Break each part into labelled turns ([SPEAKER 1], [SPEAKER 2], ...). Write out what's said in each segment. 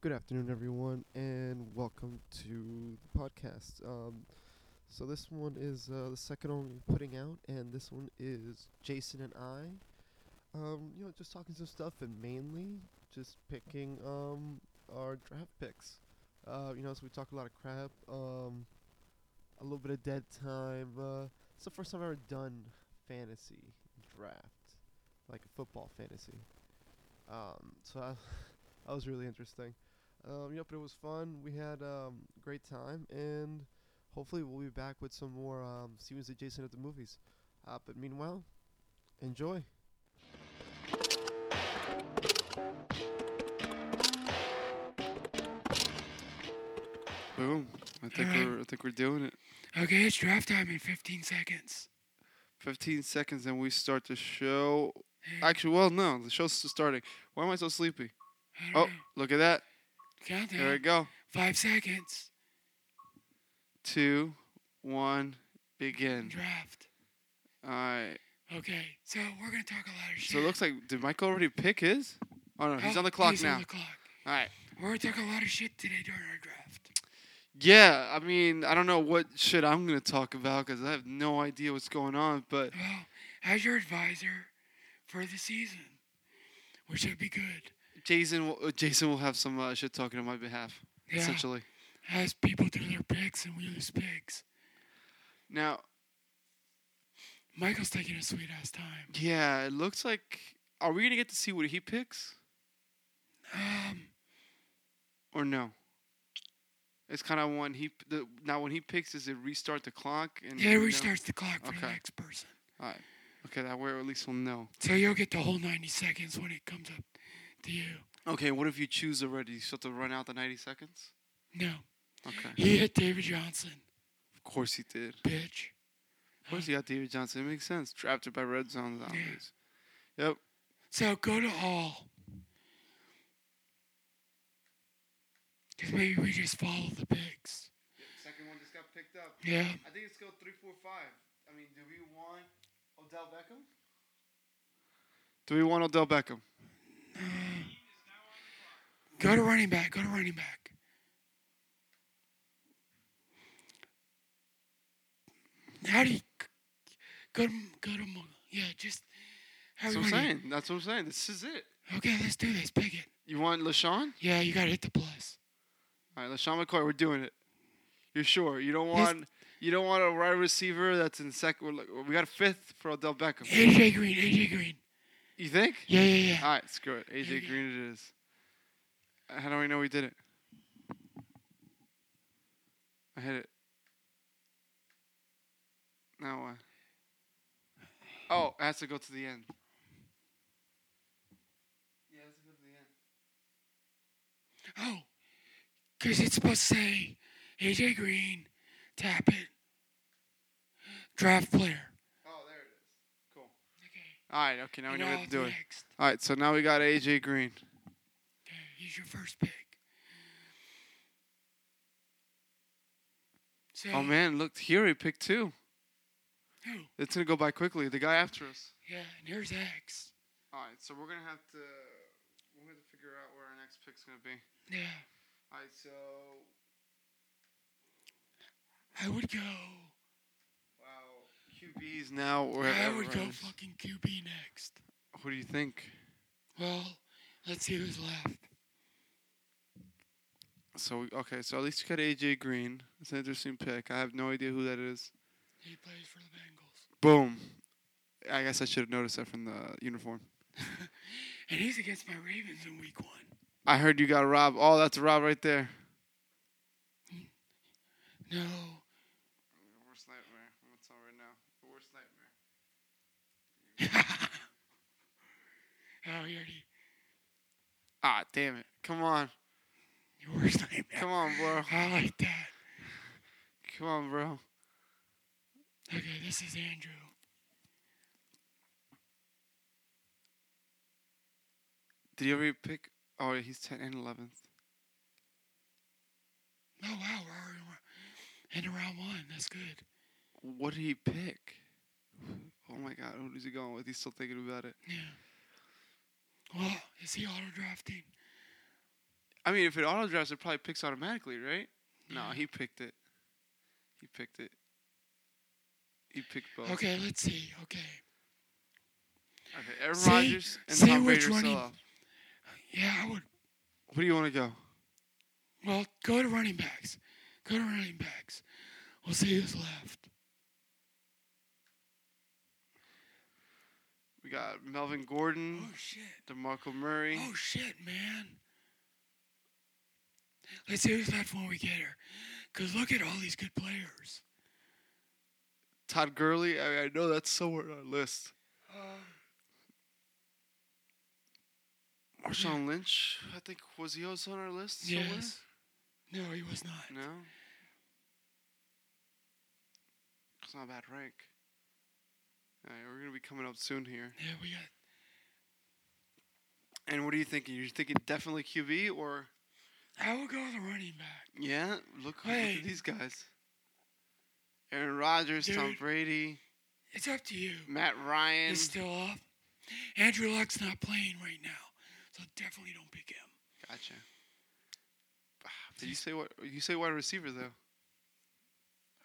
[SPEAKER 1] Good afternoon, everyone, and welcome to the podcast. Um, so this one is uh, the second one we're putting out, and this one is Jason and I. Um, you know, just talking some stuff, and mainly just picking um, our draft picks. Uh, you know, so we talk a lot of crap, um, a little bit of dead time. Uh, it's the first time I've ever done fantasy draft, like a football fantasy. Um, so I, that was really interesting. Um, you know, but it was fun. We had um, a great time, and hopefully we'll be back with some more um, seasons of Jason at the movies. Uh, but meanwhile, enjoy.
[SPEAKER 2] Boom. I think
[SPEAKER 3] Alright.
[SPEAKER 2] we're I think we're doing it.
[SPEAKER 3] Okay, it's draft time in 15 seconds.
[SPEAKER 2] Fifteen seconds and we start the show. Actually, well no, the show's still starting. Why am I so sleepy?
[SPEAKER 3] I
[SPEAKER 2] Oh,
[SPEAKER 3] don't know.
[SPEAKER 2] look at that. There we
[SPEAKER 3] countdown.
[SPEAKER 2] go.
[SPEAKER 3] Five seconds.
[SPEAKER 2] Two, one, begin.
[SPEAKER 3] Draft.
[SPEAKER 2] Alright.
[SPEAKER 3] Okay, so we're gonna talk a lot of shit.
[SPEAKER 2] So it looks like did Michael already pick his? Oh no, he's
[SPEAKER 3] Oh,
[SPEAKER 2] on the clock
[SPEAKER 3] he's
[SPEAKER 2] now.
[SPEAKER 3] on the clock.
[SPEAKER 2] Alright.
[SPEAKER 3] We're gonna talk a lot of shit today during our draft.
[SPEAKER 2] Yeah, I mean, I don't know what shit I'm gonna talk about because I have no idea what's going on, but
[SPEAKER 3] Well, as your advisor for the season, which would be good.
[SPEAKER 2] Jason, will, uh, Jason will have some uh, shit talking on my behalf,
[SPEAKER 3] Yeah.
[SPEAKER 2] essentially.
[SPEAKER 3] As people do their picks and we lose picks.
[SPEAKER 2] Now,
[SPEAKER 3] Michael's taking a sweet ass time.
[SPEAKER 2] yeah, it looks like are we gonna get to see what he picks?
[SPEAKER 3] Um,
[SPEAKER 2] or no? It's kind of when he p- the, now when he picks, does it restart the clock? And
[SPEAKER 3] yeah, it
[SPEAKER 2] we know-
[SPEAKER 3] restarts the clock for the
[SPEAKER 2] Okay.
[SPEAKER 3] next person.
[SPEAKER 2] Okay, that way at least we'll know.
[SPEAKER 3] So you'll get the whole 90 seconds when it comes up to you.
[SPEAKER 2] Okay, what if you choose already? You still have to run out the ninety seconds.
[SPEAKER 3] No.
[SPEAKER 2] Okay,
[SPEAKER 3] He hit David Johnson,
[SPEAKER 2] of course he did.
[SPEAKER 3] bitch.
[SPEAKER 2] Of course he got David Johnson. It makes sense. Drafted by Red Zone Zombies.
[SPEAKER 3] So go to all. Because maybe we just follow the picks.
[SPEAKER 2] Second one just got picked up.
[SPEAKER 3] Yeah.
[SPEAKER 2] I think it's go three, four, five. I mean, do we want Odell Beckham? Do we want Odell Beckham?
[SPEAKER 3] Go to running back. Go to running back. How do you go to go to Mo- yeah? Just how
[SPEAKER 2] That's
[SPEAKER 3] do
[SPEAKER 2] what I'm
[SPEAKER 3] you want it?
[SPEAKER 2] saying. That's what I'm saying. This is it.
[SPEAKER 3] Okay, let's do this. Pick it.
[SPEAKER 2] You want LaShawn?
[SPEAKER 3] Yeah, you gotta hit the plus.
[SPEAKER 2] All right, LaShawn McCoy, we're doing it. You're sure you don't
[SPEAKER 3] He's-
[SPEAKER 2] want you don't want a wide receiver that's in second. We got a fifth for Odell Beckham.
[SPEAKER 3] AJ Green. AJ Green.
[SPEAKER 2] You think?
[SPEAKER 3] Yeah, yeah, yeah.
[SPEAKER 2] All right, screw it. AJ Green it is. Uh, How do we know we did it? I hit it. Now what? Oh, it has to go to the end. Yeah, it has to go to the end.
[SPEAKER 3] Oh, because it's supposed to say AJ Green, tap it, draft player.
[SPEAKER 2] Oh, there it is. Cool. All right. Okay, now we
[SPEAKER 3] And
[SPEAKER 2] know
[SPEAKER 3] I'll
[SPEAKER 2] what to do. it.
[SPEAKER 3] next.
[SPEAKER 2] All right, so now we got AJ Green.
[SPEAKER 3] Okay, he's your first pick. So,
[SPEAKER 2] Oh man, look here he picked two.
[SPEAKER 3] Who?
[SPEAKER 2] It's gonna go by quickly. The guy after us.
[SPEAKER 3] Yeah, and here's X.
[SPEAKER 2] All right, so we're gonna have to we're gonna have to figure out where our next pick's gonna be.
[SPEAKER 3] Yeah,
[SPEAKER 2] All right, so
[SPEAKER 3] I would go.
[SPEAKER 2] wow, QBs now or
[SPEAKER 3] I would go fucking QB next.
[SPEAKER 2] What do you think?
[SPEAKER 3] Well, let's see who's left.
[SPEAKER 2] So we- okay, so at least you got AJ Green. It's an interesting pick. I have no idea who that is.
[SPEAKER 3] He plays for the Bengals.
[SPEAKER 2] Boom. I guess I should have noticed that from the uniform.
[SPEAKER 3] And he's against my Ravens in week one.
[SPEAKER 2] I heard you got Rob. Oh, that's Rob right there.
[SPEAKER 3] No.
[SPEAKER 2] Worst nightmare. What's on right now? The worst nightmare.
[SPEAKER 3] oh, you already.
[SPEAKER 2] Ah, damn it. Come on.
[SPEAKER 3] Your worst nightmare.
[SPEAKER 2] Come on, bro.
[SPEAKER 3] I like that.
[SPEAKER 2] Come on, bro.
[SPEAKER 3] Okay, this is Andrew.
[SPEAKER 2] Did you ever pick? Oh, yeah, he's 10 and 11th.
[SPEAKER 3] Oh, wow, we're already wa- in round one. That's good.
[SPEAKER 2] What did he pick? Oh my god, who is he going with? He's still thinking about it.
[SPEAKER 3] Yeah. Well, is he auto drafting?
[SPEAKER 2] I mean, if it auto drives, it probably picks automatically, right? No, he picked it. He picked it. He picked both.
[SPEAKER 3] Okay, let's see. Okay.
[SPEAKER 2] Okay, Aaron
[SPEAKER 3] See?
[SPEAKER 2] Rodgers and
[SPEAKER 3] See
[SPEAKER 2] Tom Brady
[SPEAKER 3] which
[SPEAKER 2] are
[SPEAKER 3] one
[SPEAKER 2] still
[SPEAKER 3] he-
[SPEAKER 2] up.
[SPEAKER 3] Yeah, I would.
[SPEAKER 2] Where do you want to go?
[SPEAKER 3] Well, go to running backs. Go to running backs. We'll see who's left.
[SPEAKER 2] We got Melvin Gordon,
[SPEAKER 3] Oh shit.
[SPEAKER 2] DeMarco Murray.
[SPEAKER 3] Oh shit, man. Let's see who's left when we get her. Cause look at all these good players.
[SPEAKER 2] Todd Gurley. I, I know that's somewhere on our list.
[SPEAKER 3] Um,
[SPEAKER 2] Marshawn Lynch. I think was he also on our list? somewhere?
[SPEAKER 3] Yes. No, he was not.
[SPEAKER 2] No. It's not a bad rank. All right, we're gonna be coming up soon here.
[SPEAKER 3] Yeah, we got.
[SPEAKER 2] And what are you thinking? You're thinking definitely QB or
[SPEAKER 3] I will go with the running back.
[SPEAKER 2] yeah? Look, look
[SPEAKER 3] Hey.
[SPEAKER 2] at these guys. Aaron Rodgers, Tom
[SPEAKER 3] Dude.
[SPEAKER 2] Brady,
[SPEAKER 3] It's up to you.
[SPEAKER 2] Matt Ryan.
[SPEAKER 3] It's still off. Andrew Luck's not playing right now, so definitely don't pick him.
[SPEAKER 2] Gotcha. Ah, Did you say what? You say wide receiver though.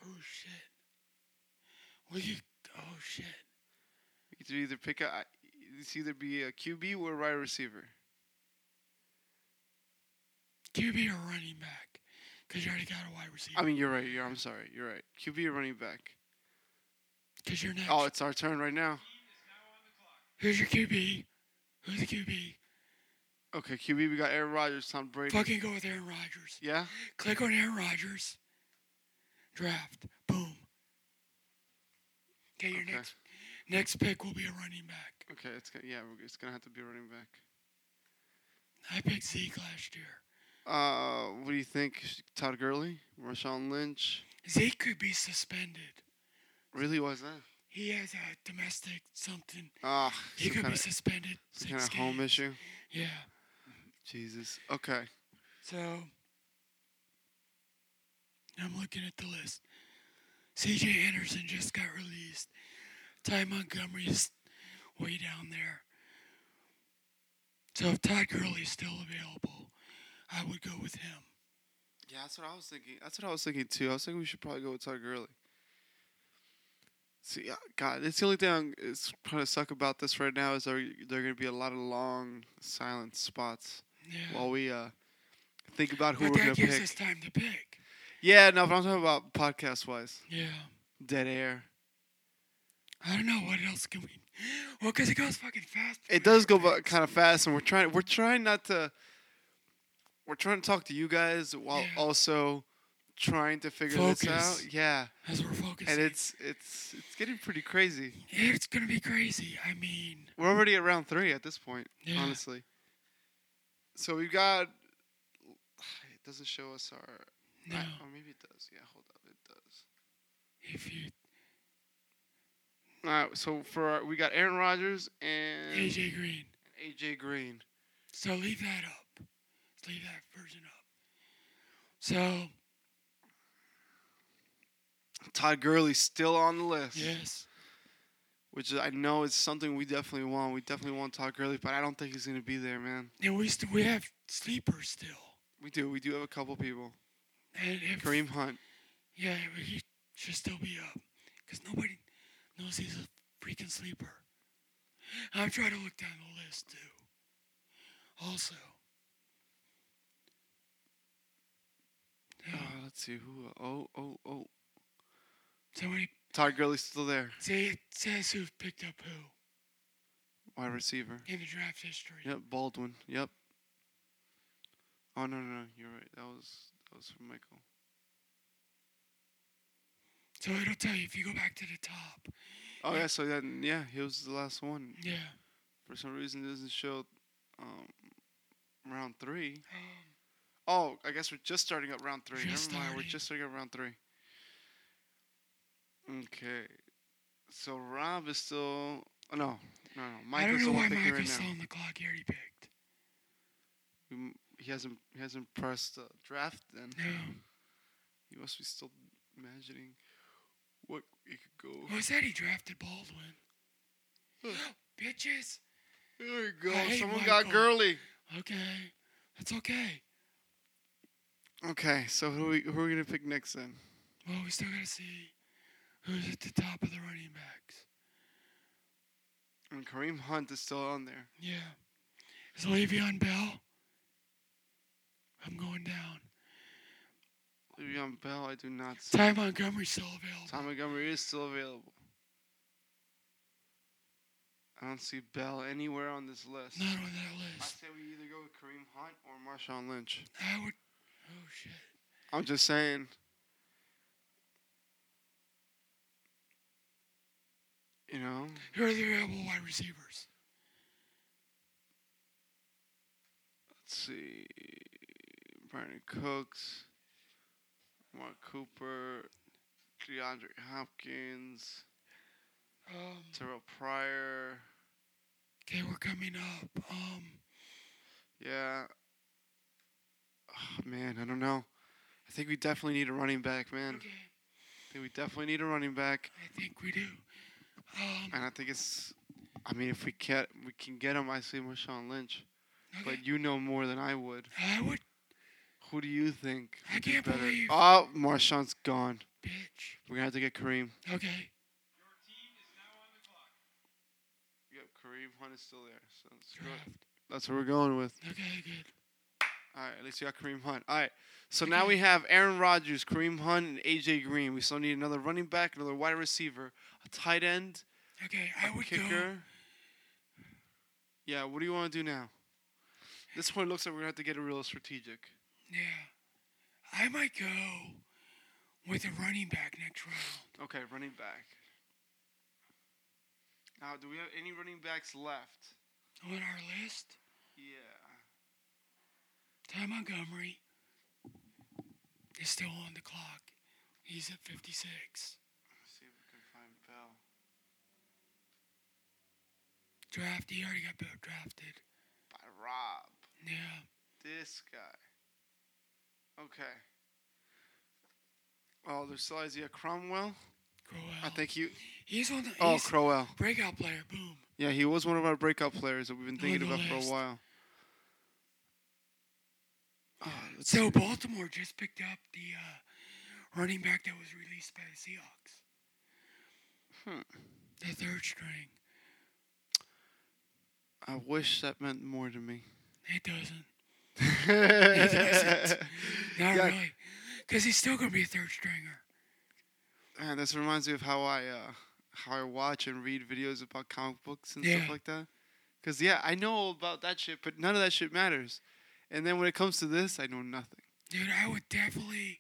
[SPEAKER 3] Oh shit. Will you? Oh shit.
[SPEAKER 2] You could either pick a. It's either be a QB or a wide receiver.
[SPEAKER 3] QB or running back? Cause you already got a wide receiver.
[SPEAKER 2] I mean, you're right. You're, I'm sorry. You're right. QB or running back.
[SPEAKER 3] Cause you're next.
[SPEAKER 2] Oh, it's our turn right now.
[SPEAKER 3] Who's your QB? Who's the QB?
[SPEAKER 2] Okay, QB. We got Aaron Rodgers, Tom Brady.
[SPEAKER 3] Fucking go with Aaron Rodgers.
[SPEAKER 2] Yeah.
[SPEAKER 3] Click on Aaron Rodgers. Draft. Boom. Okay, your
[SPEAKER 2] Okay.
[SPEAKER 3] next next pick will be a running back.
[SPEAKER 2] Okay. It's gonna, yeah. we're- It's gonna have to be running back.
[SPEAKER 3] I picked Zeke last year.
[SPEAKER 2] Uh, what do you think? Sh- Todd Gurley, Marshawn Lynch.
[SPEAKER 3] Zeke could be suspended.
[SPEAKER 2] Really was that?
[SPEAKER 3] He has a domestic something.
[SPEAKER 2] Ah,
[SPEAKER 3] He
[SPEAKER 2] some
[SPEAKER 3] could be
[SPEAKER 2] kind
[SPEAKER 3] suspended.
[SPEAKER 2] of
[SPEAKER 3] Six
[SPEAKER 2] kind of home
[SPEAKER 3] games.
[SPEAKER 2] issue.
[SPEAKER 3] Yeah.
[SPEAKER 2] Jesus. Okay.
[SPEAKER 3] So I'm looking at the list. CJ Anderson just got released. Ty Montgomery is way down there. So if Todd Gurley's still available, I would go with him.
[SPEAKER 2] Yeah, that's what I was thinking. That's what I was thinking too. I was thinking we should probably go with Todd Gurley. See, uh, God, it's the only thing I'm, it's kind of suck about this right now is there there are going to be a lot of long silent spots
[SPEAKER 3] Yeah.
[SPEAKER 2] while we uh think about who
[SPEAKER 3] but
[SPEAKER 2] we're going
[SPEAKER 3] that
[SPEAKER 2] to
[SPEAKER 3] gives
[SPEAKER 2] pick.
[SPEAKER 3] us time to pick.
[SPEAKER 2] yeah, no, but I'm talking about podcast wise,
[SPEAKER 3] Yeah.
[SPEAKER 2] dead air.
[SPEAKER 3] I don't know what else can we. Well, because it goes fucking fast.
[SPEAKER 2] It does go by kind of fast, and we're trying we're trying not to. We're trying to talk to you guys while
[SPEAKER 3] Yeah.
[SPEAKER 2] also trying to figure this out.
[SPEAKER 3] Focus.
[SPEAKER 2] Yeah,
[SPEAKER 3] As we're focusing.
[SPEAKER 2] and it's it's it's getting pretty crazy.
[SPEAKER 3] It's going to be crazy. I mean,
[SPEAKER 2] We're already at round three at this point,
[SPEAKER 3] Yeah.
[SPEAKER 2] honestly. So we've got. It doesn't show us our.
[SPEAKER 3] no.
[SPEAKER 2] I- oh, maybe it does. Yeah, hold up, it does.
[SPEAKER 3] if you.
[SPEAKER 2] All right, so for our, we got Aaron Rodgers and AJ,
[SPEAKER 3] AJ Green.
[SPEAKER 2] Green.
[SPEAKER 3] So leave that up. Leave that version up. So
[SPEAKER 2] Todd Gurley's still on the list,
[SPEAKER 3] yes,
[SPEAKER 2] which I know is something we definitely want. We definitely want Todd Gurley, but I don't think he's gonna be there, man.
[SPEAKER 3] and we st- we have sleepers still.
[SPEAKER 2] We do. We do have a couple people.
[SPEAKER 3] And if,
[SPEAKER 2] Kareem Hunt.
[SPEAKER 3] yeah, he should still be up because nobody knows he's a freaking sleeper. I'm trying to look down the list too. Also,
[SPEAKER 2] Uh, let's see who. Oh, oh, oh.
[SPEAKER 3] somebody
[SPEAKER 2] Todd Gurley's still there.
[SPEAKER 3] say it says who's picked up who
[SPEAKER 2] Wide receiver.
[SPEAKER 3] in the draft history.
[SPEAKER 2] Yep, Baldwin. Yep. Oh no no no, you're right. That was that was from Michael.
[SPEAKER 3] So it'll tell you if you go back to the top.
[SPEAKER 2] Oh
[SPEAKER 3] Yeah.
[SPEAKER 2] yeah, so then yeah, he was the last one.
[SPEAKER 3] Yeah.
[SPEAKER 2] For some reason, it doesn't show um, round three.
[SPEAKER 3] Um,
[SPEAKER 2] Oh, I guess we're just starting up round three.
[SPEAKER 3] Just
[SPEAKER 2] Never mind, we're
[SPEAKER 3] starting.
[SPEAKER 2] just starting up round three. Okay, so Rob is still. Oh, no, no, no.
[SPEAKER 3] I don't
[SPEAKER 2] Michael's
[SPEAKER 3] know
[SPEAKER 2] the
[SPEAKER 3] why
[SPEAKER 2] one thinking
[SPEAKER 3] Michael's
[SPEAKER 2] right
[SPEAKER 3] still
[SPEAKER 2] now.
[SPEAKER 3] on the clock. He already picked.
[SPEAKER 2] He m- He hasn't he hasn't pressed uh, draft then.
[SPEAKER 3] No.
[SPEAKER 2] He must be still imagining what it could go.
[SPEAKER 3] Well, it said he drafted Baldwin. Bitches.
[SPEAKER 2] There you go.
[SPEAKER 3] I hate
[SPEAKER 2] Someone got
[SPEAKER 3] Michael.
[SPEAKER 2] girly.
[SPEAKER 3] Okay. That's okay.
[SPEAKER 2] Okay, so who are we, who are we gonna pick next then?
[SPEAKER 3] Well, we still gotta see who's at the top of the running backs.
[SPEAKER 2] And Kareem Hunt is still on there.
[SPEAKER 3] Yeah. Is Le'Veon Bell? I'm going down.
[SPEAKER 2] Le'Veon Bell, I do not. See.
[SPEAKER 3] Ty Montgomery's still available.
[SPEAKER 2] Tom Montgomery is still available. I don't see Bell anywhere on this list.
[SPEAKER 3] Not on that
[SPEAKER 2] I
[SPEAKER 3] list.
[SPEAKER 2] say we either go with Kareem Hunt or Marshawn Lynch.
[SPEAKER 3] I would. Oh shit.
[SPEAKER 2] I'm just saying. You know,
[SPEAKER 3] Who are the available wide receivers?
[SPEAKER 2] let's see. Brandon Cooks, Mark Cooper, DeAndre Hopkins,
[SPEAKER 3] Um,
[SPEAKER 2] Terrell Pryor.
[SPEAKER 3] okay, we're coming up. Um,
[SPEAKER 2] Yeah. Oh, man, I don't know. I think we definitely need a running back, man.
[SPEAKER 3] okay,
[SPEAKER 2] I think we definitely need a running back,
[SPEAKER 3] I think we do. Um,
[SPEAKER 2] and I think it's. I mean, if we can we can get him, I say Marshawn Lynch.
[SPEAKER 3] okay.
[SPEAKER 2] But you know more than I would.
[SPEAKER 3] I would,
[SPEAKER 2] Who do you think?
[SPEAKER 3] I can't believe-
[SPEAKER 2] Oh, Marshawn's gone.
[SPEAKER 3] bitch.
[SPEAKER 2] We're gonna have to get Kareem.
[SPEAKER 3] Okay,
[SPEAKER 2] Yep, Kareem Hunt is still there. So that's,
[SPEAKER 3] draft.
[SPEAKER 2] that's what we're going with.
[SPEAKER 3] Okay, good.
[SPEAKER 2] All right, at least we got Kareem Hunt. All right, so now we have Aaron Rodgers, Kareem Hunt, and AJ Green. We still need another running back, another wide receiver, a tight end,
[SPEAKER 3] Okay,
[SPEAKER 2] a
[SPEAKER 3] I would
[SPEAKER 2] kicker.
[SPEAKER 3] go.
[SPEAKER 2] Yeah, what do you want to do now? This one looks like we're gonna have to get a real strategic.
[SPEAKER 3] Yeah, I might go with a running back next round.
[SPEAKER 2] Okay, running back. Now, do we have any running backs left?
[SPEAKER 3] On our list,
[SPEAKER 2] Yeah.
[SPEAKER 3] Ty Montgomery is still on the clock. He's at 56.
[SPEAKER 2] Let's see if we can find Bell.
[SPEAKER 3] Draft, he already got Bell drafted.
[SPEAKER 2] By Rob.
[SPEAKER 3] Yeah.
[SPEAKER 2] This guy. Okay. Oh, there's still Isaiah Cromwell.
[SPEAKER 3] Crowell.
[SPEAKER 2] I think you.
[SPEAKER 3] he's on the
[SPEAKER 2] Oh,
[SPEAKER 3] he's
[SPEAKER 2] Crowell.
[SPEAKER 3] breakout player. Boom.
[SPEAKER 2] Yeah, he was one of our breakout players that we've been
[SPEAKER 3] On
[SPEAKER 2] thinking
[SPEAKER 3] the
[SPEAKER 2] about for a
[SPEAKER 3] list.
[SPEAKER 2] while. Oh, let's
[SPEAKER 3] So
[SPEAKER 2] see.
[SPEAKER 3] Baltimore just picked up the uh, running back that was released by the Seahawks.
[SPEAKER 2] Hmm.
[SPEAKER 3] The third string.
[SPEAKER 2] I wish that meant more to me.
[SPEAKER 3] It doesn't.
[SPEAKER 2] Man,
[SPEAKER 3] Not
[SPEAKER 2] Yeah.
[SPEAKER 3] really. Because he's still going to be a third stringer.
[SPEAKER 2] this reminds me of how I uh, how I watch and read videos about comic books and stuff
[SPEAKER 3] Yeah.
[SPEAKER 2] like that. Cause yeah, I know about that shit, but none of that shit matters. And then when it comes to this, I know nothing.
[SPEAKER 3] Dude, I would definitely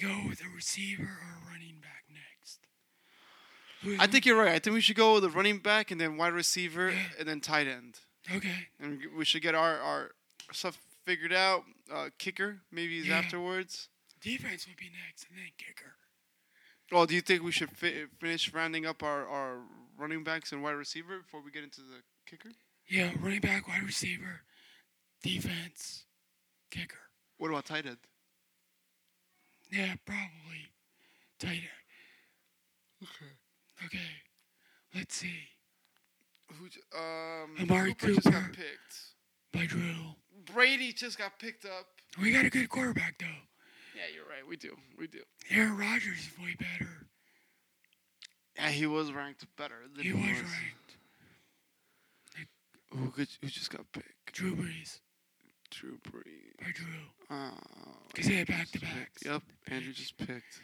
[SPEAKER 3] go with a receiver or a running back next. Who's
[SPEAKER 2] I think you're right. I think we should go with a running back and then wide receiver
[SPEAKER 3] Mm-hmm. Yeah.
[SPEAKER 2] and then tight end.
[SPEAKER 3] Okay.
[SPEAKER 2] And we should get our, our stuff figured out. Uh, kicker maybe is
[SPEAKER 3] Yeah.
[SPEAKER 2] afterwards.
[SPEAKER 3] Defense would be next, and then kicker.
[SPEAKER 2] Oh, do you think we should fi- finish rounding up our, our running backs and wide receiver before we get into the kicker?
[SPEAKER 3] Yeah, running back, wide receiver, defense, kicker.
[SPEAKER 2] What about tight end?
[SPEAKER 3] Yeah, probably tight end. Okay, let's see.
[SPEAKER 2] Who j- um,
[SPEAKER 3] Amari
[SPEAKER 2] just got
[SPEAKER 3] Cooper.
[SPEAKER 2] picked.
[SPEAKER 3] By Drew.
[SPEAKER 2] Brady just got picked up.
[SPEAKER 3] We got a good quarterback, though.
[SPEAKER 2] Yeah, you're right. We do. We do.
[SPEAKER 3] Aaron Rodgers is way better.
[SPEAKER 2] Yeah, he was ranked better than
[SPEAKER 3] He was ranked.
[SPEAKER 2] Who, could, who just got picked?
[SPEAKER 3] Drew Brees
[SPEAKER 2] Drew Brees.
[SPEAKER 3] by Drew.
[SPEAKER 2] Oh,
[SPEAKER 3] 'Cause they had
[SPEAKER 2] Andrew just picked.
[SPEAKER 3] back-to-backs.
[SPEAKER 2] Yep, Andrew just picked.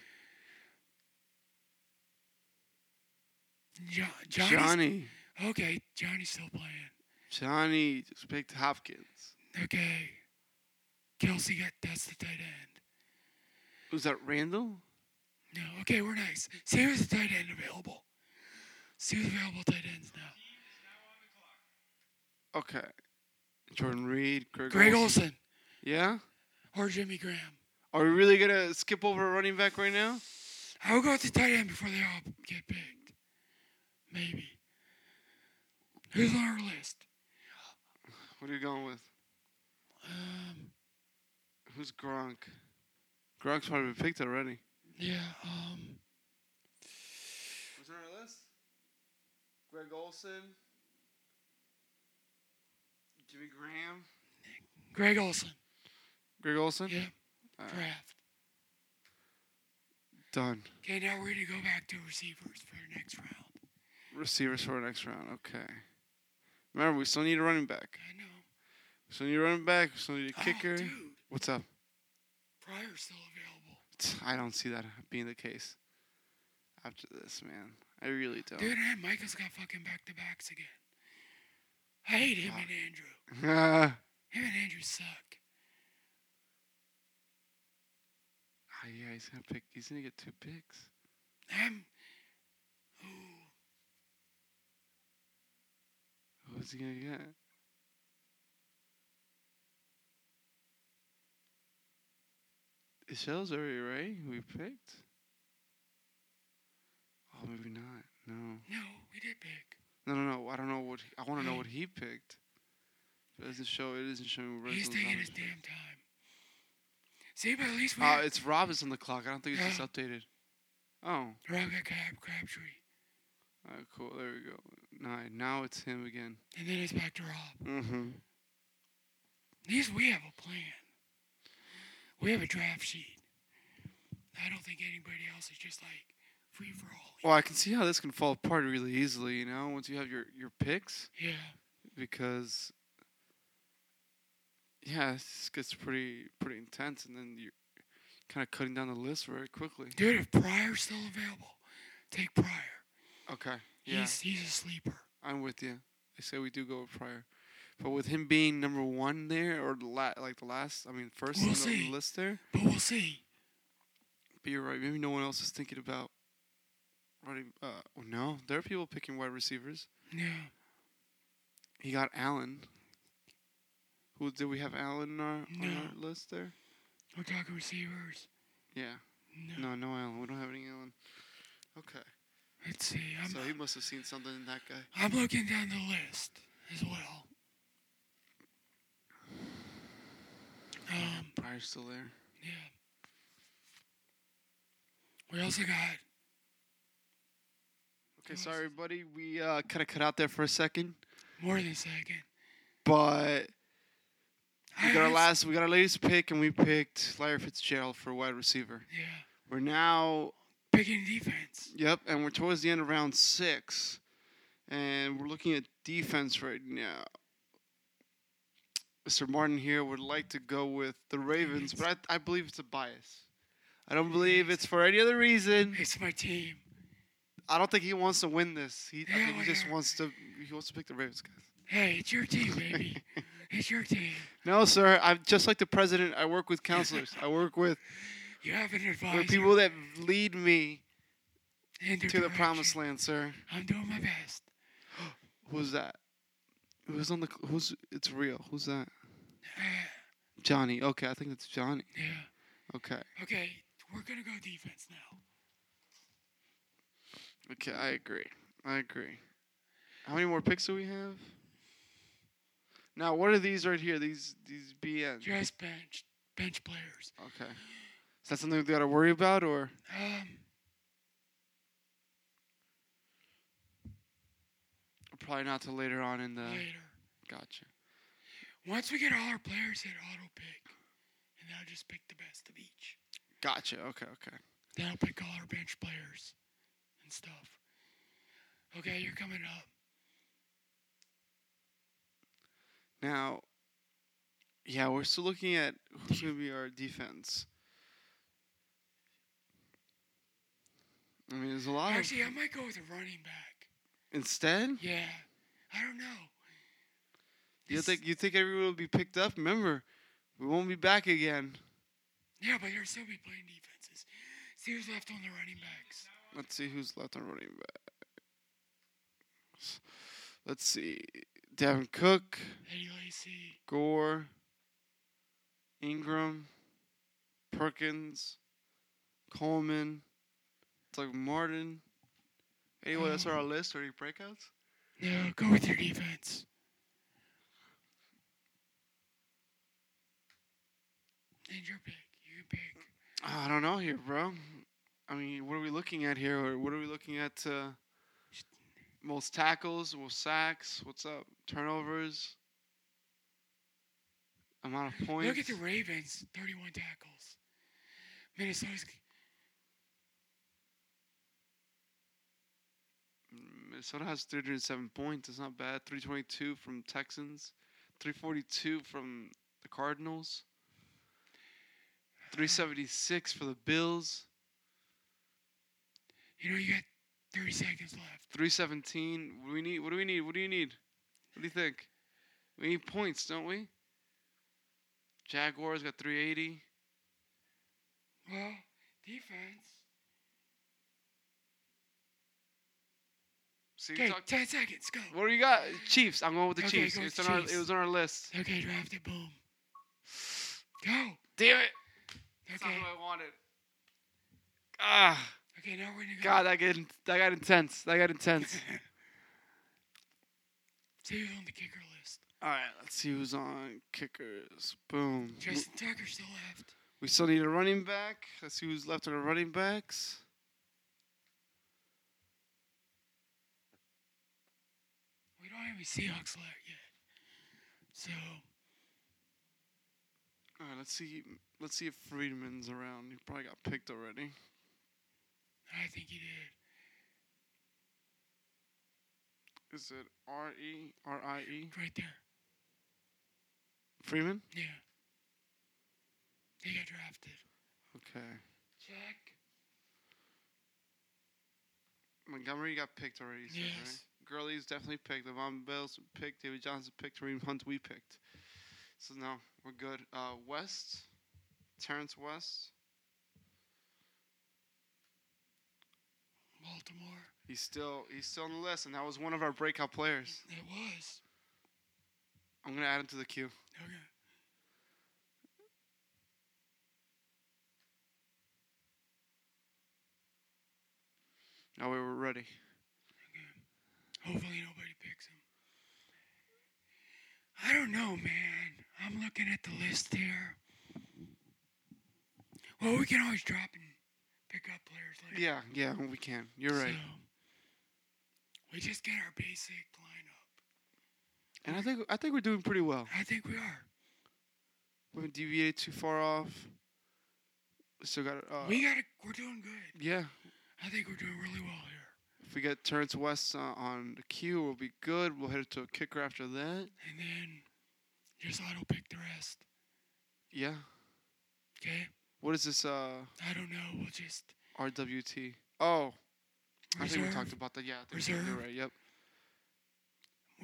[SPEAKER 3] Jo- Johnny's,
[SPEAKER 2] Johnny.
[SPEAKER 3] Okay, Johnny's still playing.
[SPEAKER 2] Johnny just picked Hopkins.
[SPEAKER 3] Okay. Kelsey got that's the tight end.
[SPEAKER 2] Was that Randall?
[SPEAKER 3] No, okay, we're nice. See who's the tight end available. See who's available tight ends now.
[SPEAKER 2] Okay. Jordan Reed, Greg,
[SPEAKER 3] Greg
[SPEAKER 2] Olsen.
[SPEAKER 3] Olson
[SPEAKER 2] Yeah?
[SPEAKER 3] or Jimmy Graham.
[SPEAKER 2] Are we really going to skip over a running back right now?
[SPEAKER 3] I will go with the tight end before they all get picked. Maybe. Who's on our list?
[SPEAKER 2] What are you going with?
[SPEAKER 3] Um,
[SPEAKER 2] Who's Gronk? Gronk's probably been picked already.
[SPEAKER 3] yeah, um,
[SPEAKER 2] What's on our list? Greg Olson. Jimmy Graham.
[SPEAKER 3] Greg Olson.
[SPEAKER 2] Greg Olson?
[SPEAKER 3] Yeah.
[SPEAKER 2] All right,
[SPEAKER 3] Draft.
[SPEAKER 2] done.
[SPEAKER 3] Okay, now we're gonna go back to receivers for the next round.
[SPEAKER 2] Receivers for the next round. Okay. Remember, we still need a running back.
[SPEAKER 3] I know.
[SPEAKER 2] We still need a running back. We still need a
[SPEAKER 3] Oh,
[SPEAKER 2] kicker.
[SPEAKER 3] dude,
[SPEAKER 2] What's up?
[SPEAKER 3] Pryor's still available.
[SPEAKER 2] I don't see that being the case after this, man. I really don't.
[SPEAKER 3] Dude, and Michael's got fucking back to backs again. I hate him
[SPEAKER 2] Fuck.
[SPEAKER 3] and Andrew.
[SPEAKER 2] Ah,
[SPEAKER 3] Him and Andrew suck.
[SPEAKER 2] yeah, he's gonna pick. He's gonna get two picks.
[SPEAKER 3] I'm. Ooh,
[SPEAKER 2] Who's he gonna get? Is Shell's already right? Who we picked? Oh, maybe not. No.
[SPEAKER 3] no, we did pick.
[SPEAKER 2] No, no, no. I don't know what. He, I want to know what he picked. But it doesn't show. It isn't showing.
[SPEAKER 3] He's
[SPEAKER 2] Robinson's
[SPEAKER 3] taking
[SPEAKER 2] on
[SPEAKER 3] his
[SPEAKER 2] it.
[SPEAKER 3] damn time. See, but at least we.
[SPEAKER 2] Uh,
[SPEAKER 3] had-
[SPEAKER 2] it's Rob is on the clock. I don't think it's just
[SPEAKER 3] Yeah.
[SPEAKER 2] updated. Oh,
[SPEAKER 3] Rob got Crab, Crabtree.
[SPEAKER 2] all right, cool. There we go. Nine. Now it's him again.
[SPEAKER 3] And then it's back to Rob.
[SPEAKER 2] Mm-hmm.
[SPEAKER 3] At least we have a plan. We have a draft sheet. I don't think anybody else is just like free for all.
[SPEAKER 2] Well, I can see how this can fall apart really easily. You know, once you have your your picks,
[SPEAKER 3] Yeah.
[SPEAKER 2] because yeah, this gets pretty pretty intense, and then you're kind of cutting down the list very quickly.
[SPEAKER 3] Dude, if Pryor's still available, take Pryor.
[SPEAKER 2] Okay. Yeah,
[SPEAKER 3] He's, he's a sleeper.
[SPEAKER 2] I'm with you. I say we do go with Pryor, but with him being number one there, or the la- like the last, I mean, 1st
[SPEAKER 3] We'll
[SPEAKER 2] on
[SPEAKER 3] see.
[SPEAKER 2] the list there.
[SPEAKER 3] But we'll see.
[SPEAKER 2] But you're right. Maybe no one else is thinking about running. Uh, well, no, there are people picking wide receivers.
[SPEAKER 3] Yeah.
[SPEAKER 2] He got Allen. Who did we have Allen in our, on
[SPEAKER 3] No.
[SPEAKER 2] our list there?
[SPEAKER 3] We're talking receivers.
[SPEAKER 2] Yeah. No,
[SPEAKER 3] No.
[SPEAKER 2] no Allen. We don't have any Allen. Okay.
[SPEAKER 3] Let's see. I'm,
[SPEAKER 2] so he must have seen something in that guy.
[SPEAKER 3] I'm looking down the list as well. Um,
[SPEAKER 2] Pryor's still there.
[SPEAKER 3] Yeah. We also got
[SPEAKER 2] Okay,
[SPEAKER 3] Who
[SPEAKER 2] sorry everybody. We uh, kind of cut out there for a second,
[SPEAKER 3] more than second.
[SPEAKER 2] but we
[SPEAKER 3] I
[SPEAKER 2] got our
[SPEAKER 3] was-
[SPEAKER 2] last, we got our latest pick, and we picked Larry Fitzgerald for wide receiver.
[SPEAKER 3] Yeah.
[SPEAKER 2] We're now
[SPEAKER 3] Picking defense.
[SPEAKER 2] Yep, and we're towards the end of round six, and we're looking at defense right now. Mr. Martin here would like to go with the Ravens, but I, I believe it's a bias. I don't believe it's for any other reason.
[SPEAKER 3] It's my team.
[SPEAKER 2] I don't think he wants to win this. He, I
[SPEAKER 3] Yeah,
[SPEAKER 2] think he just
[SPEAKER 3] whatever.
[SPEAKER 2] wants to. He wants to pick the Ravens, guys.
[SPEAKER 3] Hey, it's your team, baby. it's your team.
[SPEAKER 2] No, sir. I'm just like the president. I work with counselors. I work with,
[SPEAKER 3] You have an advisor.
[SPEAKER 2] with people that lead me
[SPEAKER 3] in their
[SPEAKER 2] to the
[SPEAKER 3] direction.
[SPEAKER 2] promised land, sir.
[SPEAKER 3] I'm doing my best.
[SPEAKER 2] Who's that? Who's on the? Who's? It's real. Who's that?
[SPEAKER 3] Uh,
[SPEAKER 2] Johnny. Okay, I think that's Johnny.
[SPEAKER 3] yeah.
[SPEAKER 2] Okay.
[SPEAKER 3] Okay, we're gonna go defense now.
[SPEAKER 2] Okay, I agree. I agree. How many more picks do we have? Now, what are these right here? These these BN.
[SPEAKER 3] Just bench, bench players.
[SPEAKER 2] Okay. Is that something we gotta worry about, or
[SPEAKER 3] Um,
[SPEAKER 2] probably not till later on in the?
[SPEAKER 3] later.
[SPEAKER 2] Gotcha.
[SPEAKER 3] Once we get all our players, hit auto pick, and I'll just pick the best of each.
[SPEAKER 2] Gotcha. Okay. Okay.
[SPEAKER 3] Then I'll pick all our bench players and stuff. Okay, you're coming up.
[SPEAKER 2] Now, yeah, we're still looking at who's gonna be our defense. I mean, there's a lot. Of,
[SPEAKER 3] Actually, I might go with a running back.
[SPEAKER 2] instead,
[SPEAKER 3] Yeah, I don't know.
[SPEAKER 2] you
[SPEAKER 3] This-
[SPEAKER 2] think you think everyone will be picked up? Remember, we won't be back again.
[SPEAKER 3] Yeah, but you'll still be playing defenses. See who's left on the running backs.
[SPEAKER 2] Let's see who's left on running back. Let's see. Devin Cook,
[SPEAKER 3] Eddie Lacy,
[SPEAKER 2] Gore, Ingram, Perkins, Coleman, Doug Martin. Anyone else on our list? Are any breakouts?
[SPEAKER 3] No, go with your defense. And your pick. You can pick.
[SPEAKER 2] I don't know here, bro. I mean, what are we looking at here? Or what are we looking at? Uh, most tackles, most sacks. What's up? Turnovers. amount of points.
[SPEAKER 3] Look at the Ravens, 31 tackles. Minnesota's
[SPEAKER 2] Minnesota has 307 points. It's not bad. 322 from Texans, 342 from the Cardinals, 376 for the Bills,
[SPEAKER 3] You know, you got 30 seconds left.
[SPEAKER 2] 317. What do we need? What do we need? What do you need? What do you think? We need points, don't we? Jaguars got 380.
[SPEAKER 3] Well, defense.
[SPEAKER 2] See, we
[SPEAKER 3] Okay,
[SPEAKER 2] talked-
[SPEAKER 3] 10 seconds, go.
[SPEAKER 2] what do you got? Chiefs. I'm going with the
[SPEAKER 3] Okay,
[SPEAKER 2] Chiefs.
[SPEAKER 3] go
[SPEAKER 2] It's on our,
[SPEAKER 3] Chiefs.
[SPEAKER 2] it was on our list.
[SPEAKER 3] Okay, draft it, boom. Go.
[SPEAKER 2] Damn it! That's
[SPEAKER 3] Okay,
[SPEAKER 2] not who I wanted. Ah.
[SPEAKER 3] okay, now we're gonna go.
[SPEAKER 2] God, that get that got intense. That got intense.
[SPEAKER 3] See who's on the kicker list.
[SPEAKER 2] All right, let's see who's on kickers. Boom.
[SPEAKER 3] Justin Tucker still left.
[SPEAKER 2] We still need a running back. Let's see who's left on the running backs.
[SPEAKER 3] We don't have any Seahawks left yet. So,
[SPEAKER 2] All right, let's see. Let's see if Friedman's around. He probably got picked already.
[SPEAKER 3] I think he did.
[SPEAKER 2] Is it R E R I E?
[SPEAKER 3] Right there.
[SPEAKER 2] Freeman.
[SPEAKER 3] Yeah. He got drafted.
[SPEAKER 2] Okay.
[SPEAKER 3] Check.
[SPEAKER 2] Montgomery got picked already. So right?
[SPEAKER 3] Yes.
[SPEAKER 2] Gurley's definitely picked. Devon Bell's picked. David Johnson picked. Kareem Hunt we picked. So now we're good. Uh, West, Terrence West.
[SPEAKER 3] Baltimore.
[SPEAKER 2] He's still he's still on the list, and that was one of our breakout players.
[SPEAKER 3] It was.
[SPEAKER 2] I'm gonna add him to the queue.
[SPEAKER 3] Okay.
[SPEAKER 2] Now we were ready.
[SPEAKER 3] Hopefully nobody picks him. I don't know, man. I'm looking at the list here. Well, we can always drop and pick up players later.
[SPEAKER 2] Yeah, yeah, we can. You're right.
[SPEAKER 3] So, we just get our basic lineup.
[SPEAKER 2] And I think I think we're doing pretty well.
[SPEAKER 3] I think we are.
[SPEAKER 2] We haven't deviated too far off. We still got uh,
[SPEAKER 3] we got. to We're doing good.
[SPEAKER 2] yeah.
[SPEAKER 3] I think we're doing really well here.
[SPEAKER 2] If we get Terrence West uh, on the queue, we'll be good. We'll head to a kicker after that.
[SPEAKER 3] And then just auto pick the rest.
[SPEAKER 2] Yeah.
[SPEAKER 3] Okay.
[SPEAKER 2] What is this uh
[SPEAKER 3] I don't know. We'll just
[SPEAKER 2] RWT? Oh, I think we
[SPEAKER 3] reserve.
[SPEAKER 2] talked about that. Yeah, I think you're
[SPEAKER 3] Reserve.
[SPEAKER 2] right. Yep.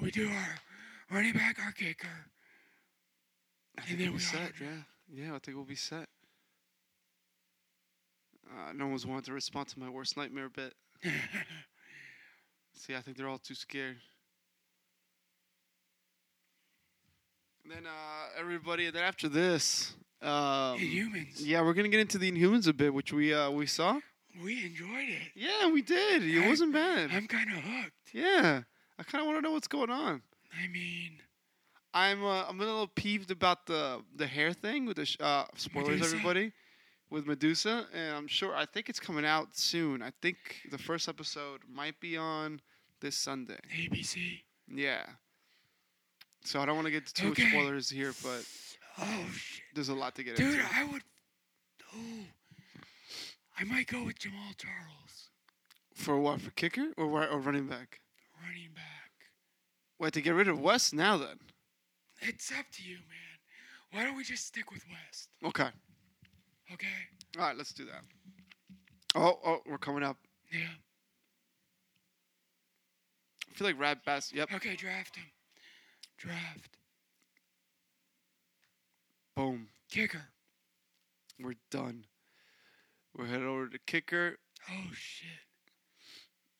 [SPEAKER 3] We do our running back, our kicker.
[SPEAKER 2] I
[SPEAKER 3] And
[SPEAKER 2] think
[SPEAKER 3] then
[SPEAKER 2] we'll
[SPEAKER 3] we
[SPEAKER 2] be set.
[SPEAKER 3] autograph.
[SPEAKER 2] Yeah, yeah. I think we'll be set. Uh, no one's wanted to respond to my worst nightmare bit. See, I think they're all too scared. And then uh, everybody. Then after this, um,
[SPEAKER 3] Humans.
[SPEAKER 2] yeah, we're gonna get into the Inhumans a bit, which we uh, we saw.
[SPEAKER 3] We enjoyed it.
[SPEAKER 2] Yeah, we did. It
[SPEAKER 3] I-
[SPEAKER 2] wasn't bad.
[SPEAKER 3] I'm kind of hooked.
[SPEAKER 2] yeah, I kind of want to know what's going on.
[SPEAKER 3] I mean,
[SPEAKER 2] I'm uh, I'm a little peeved about the the hair thing with the sh- uh, spoilers,
[SPEAKER 3] Medusa?
[SPEAKER 2] everybody, with Medusa, and I'm sure I think it's coming out soon. I think the first episode might be on this Sunday.
[SPEAKER 3] ABC.
[SPEAKER 2] Yeah. So I don't want to get to too
[SPEAKER 3] Okay.
[SPEAKER 2] much spoilers here, but
[SPEAKER 3] Oh shit,
[SPEAKER 2] there's a lot to get
[SPEAKER 3] dude!
[SPEAKER 2] into.
[SPEAKER 3] I would. Oh, I might go with Jamal Charles,
[SPEAKER 2] For what? For kicker or wi- or running back?
[SPEAKER 3] running back.
[SPEAKER 2] Wait to get rid of West now then.
[SPEAKER 3] It's up to you, man. Why don't we just stick with West?
[SPEAKER 2] Okay. All
[SPEAKER 3] Okay.
[SPEAKER 2] right, let's do that. Oh, oh, we're coming up.
[SPEAKER 3] Yeah.
[SPEAKER 2] I feel like Rad Bass. Yep.
[SPEAKER 3] Okay, draft him. Draft
[SPEAKER 2] Boom.
[SPEAKER 3] kicker.
[SPEAKER 2] We're done. We're headed over to kicker.
[SPEAKER 3] Oh shit.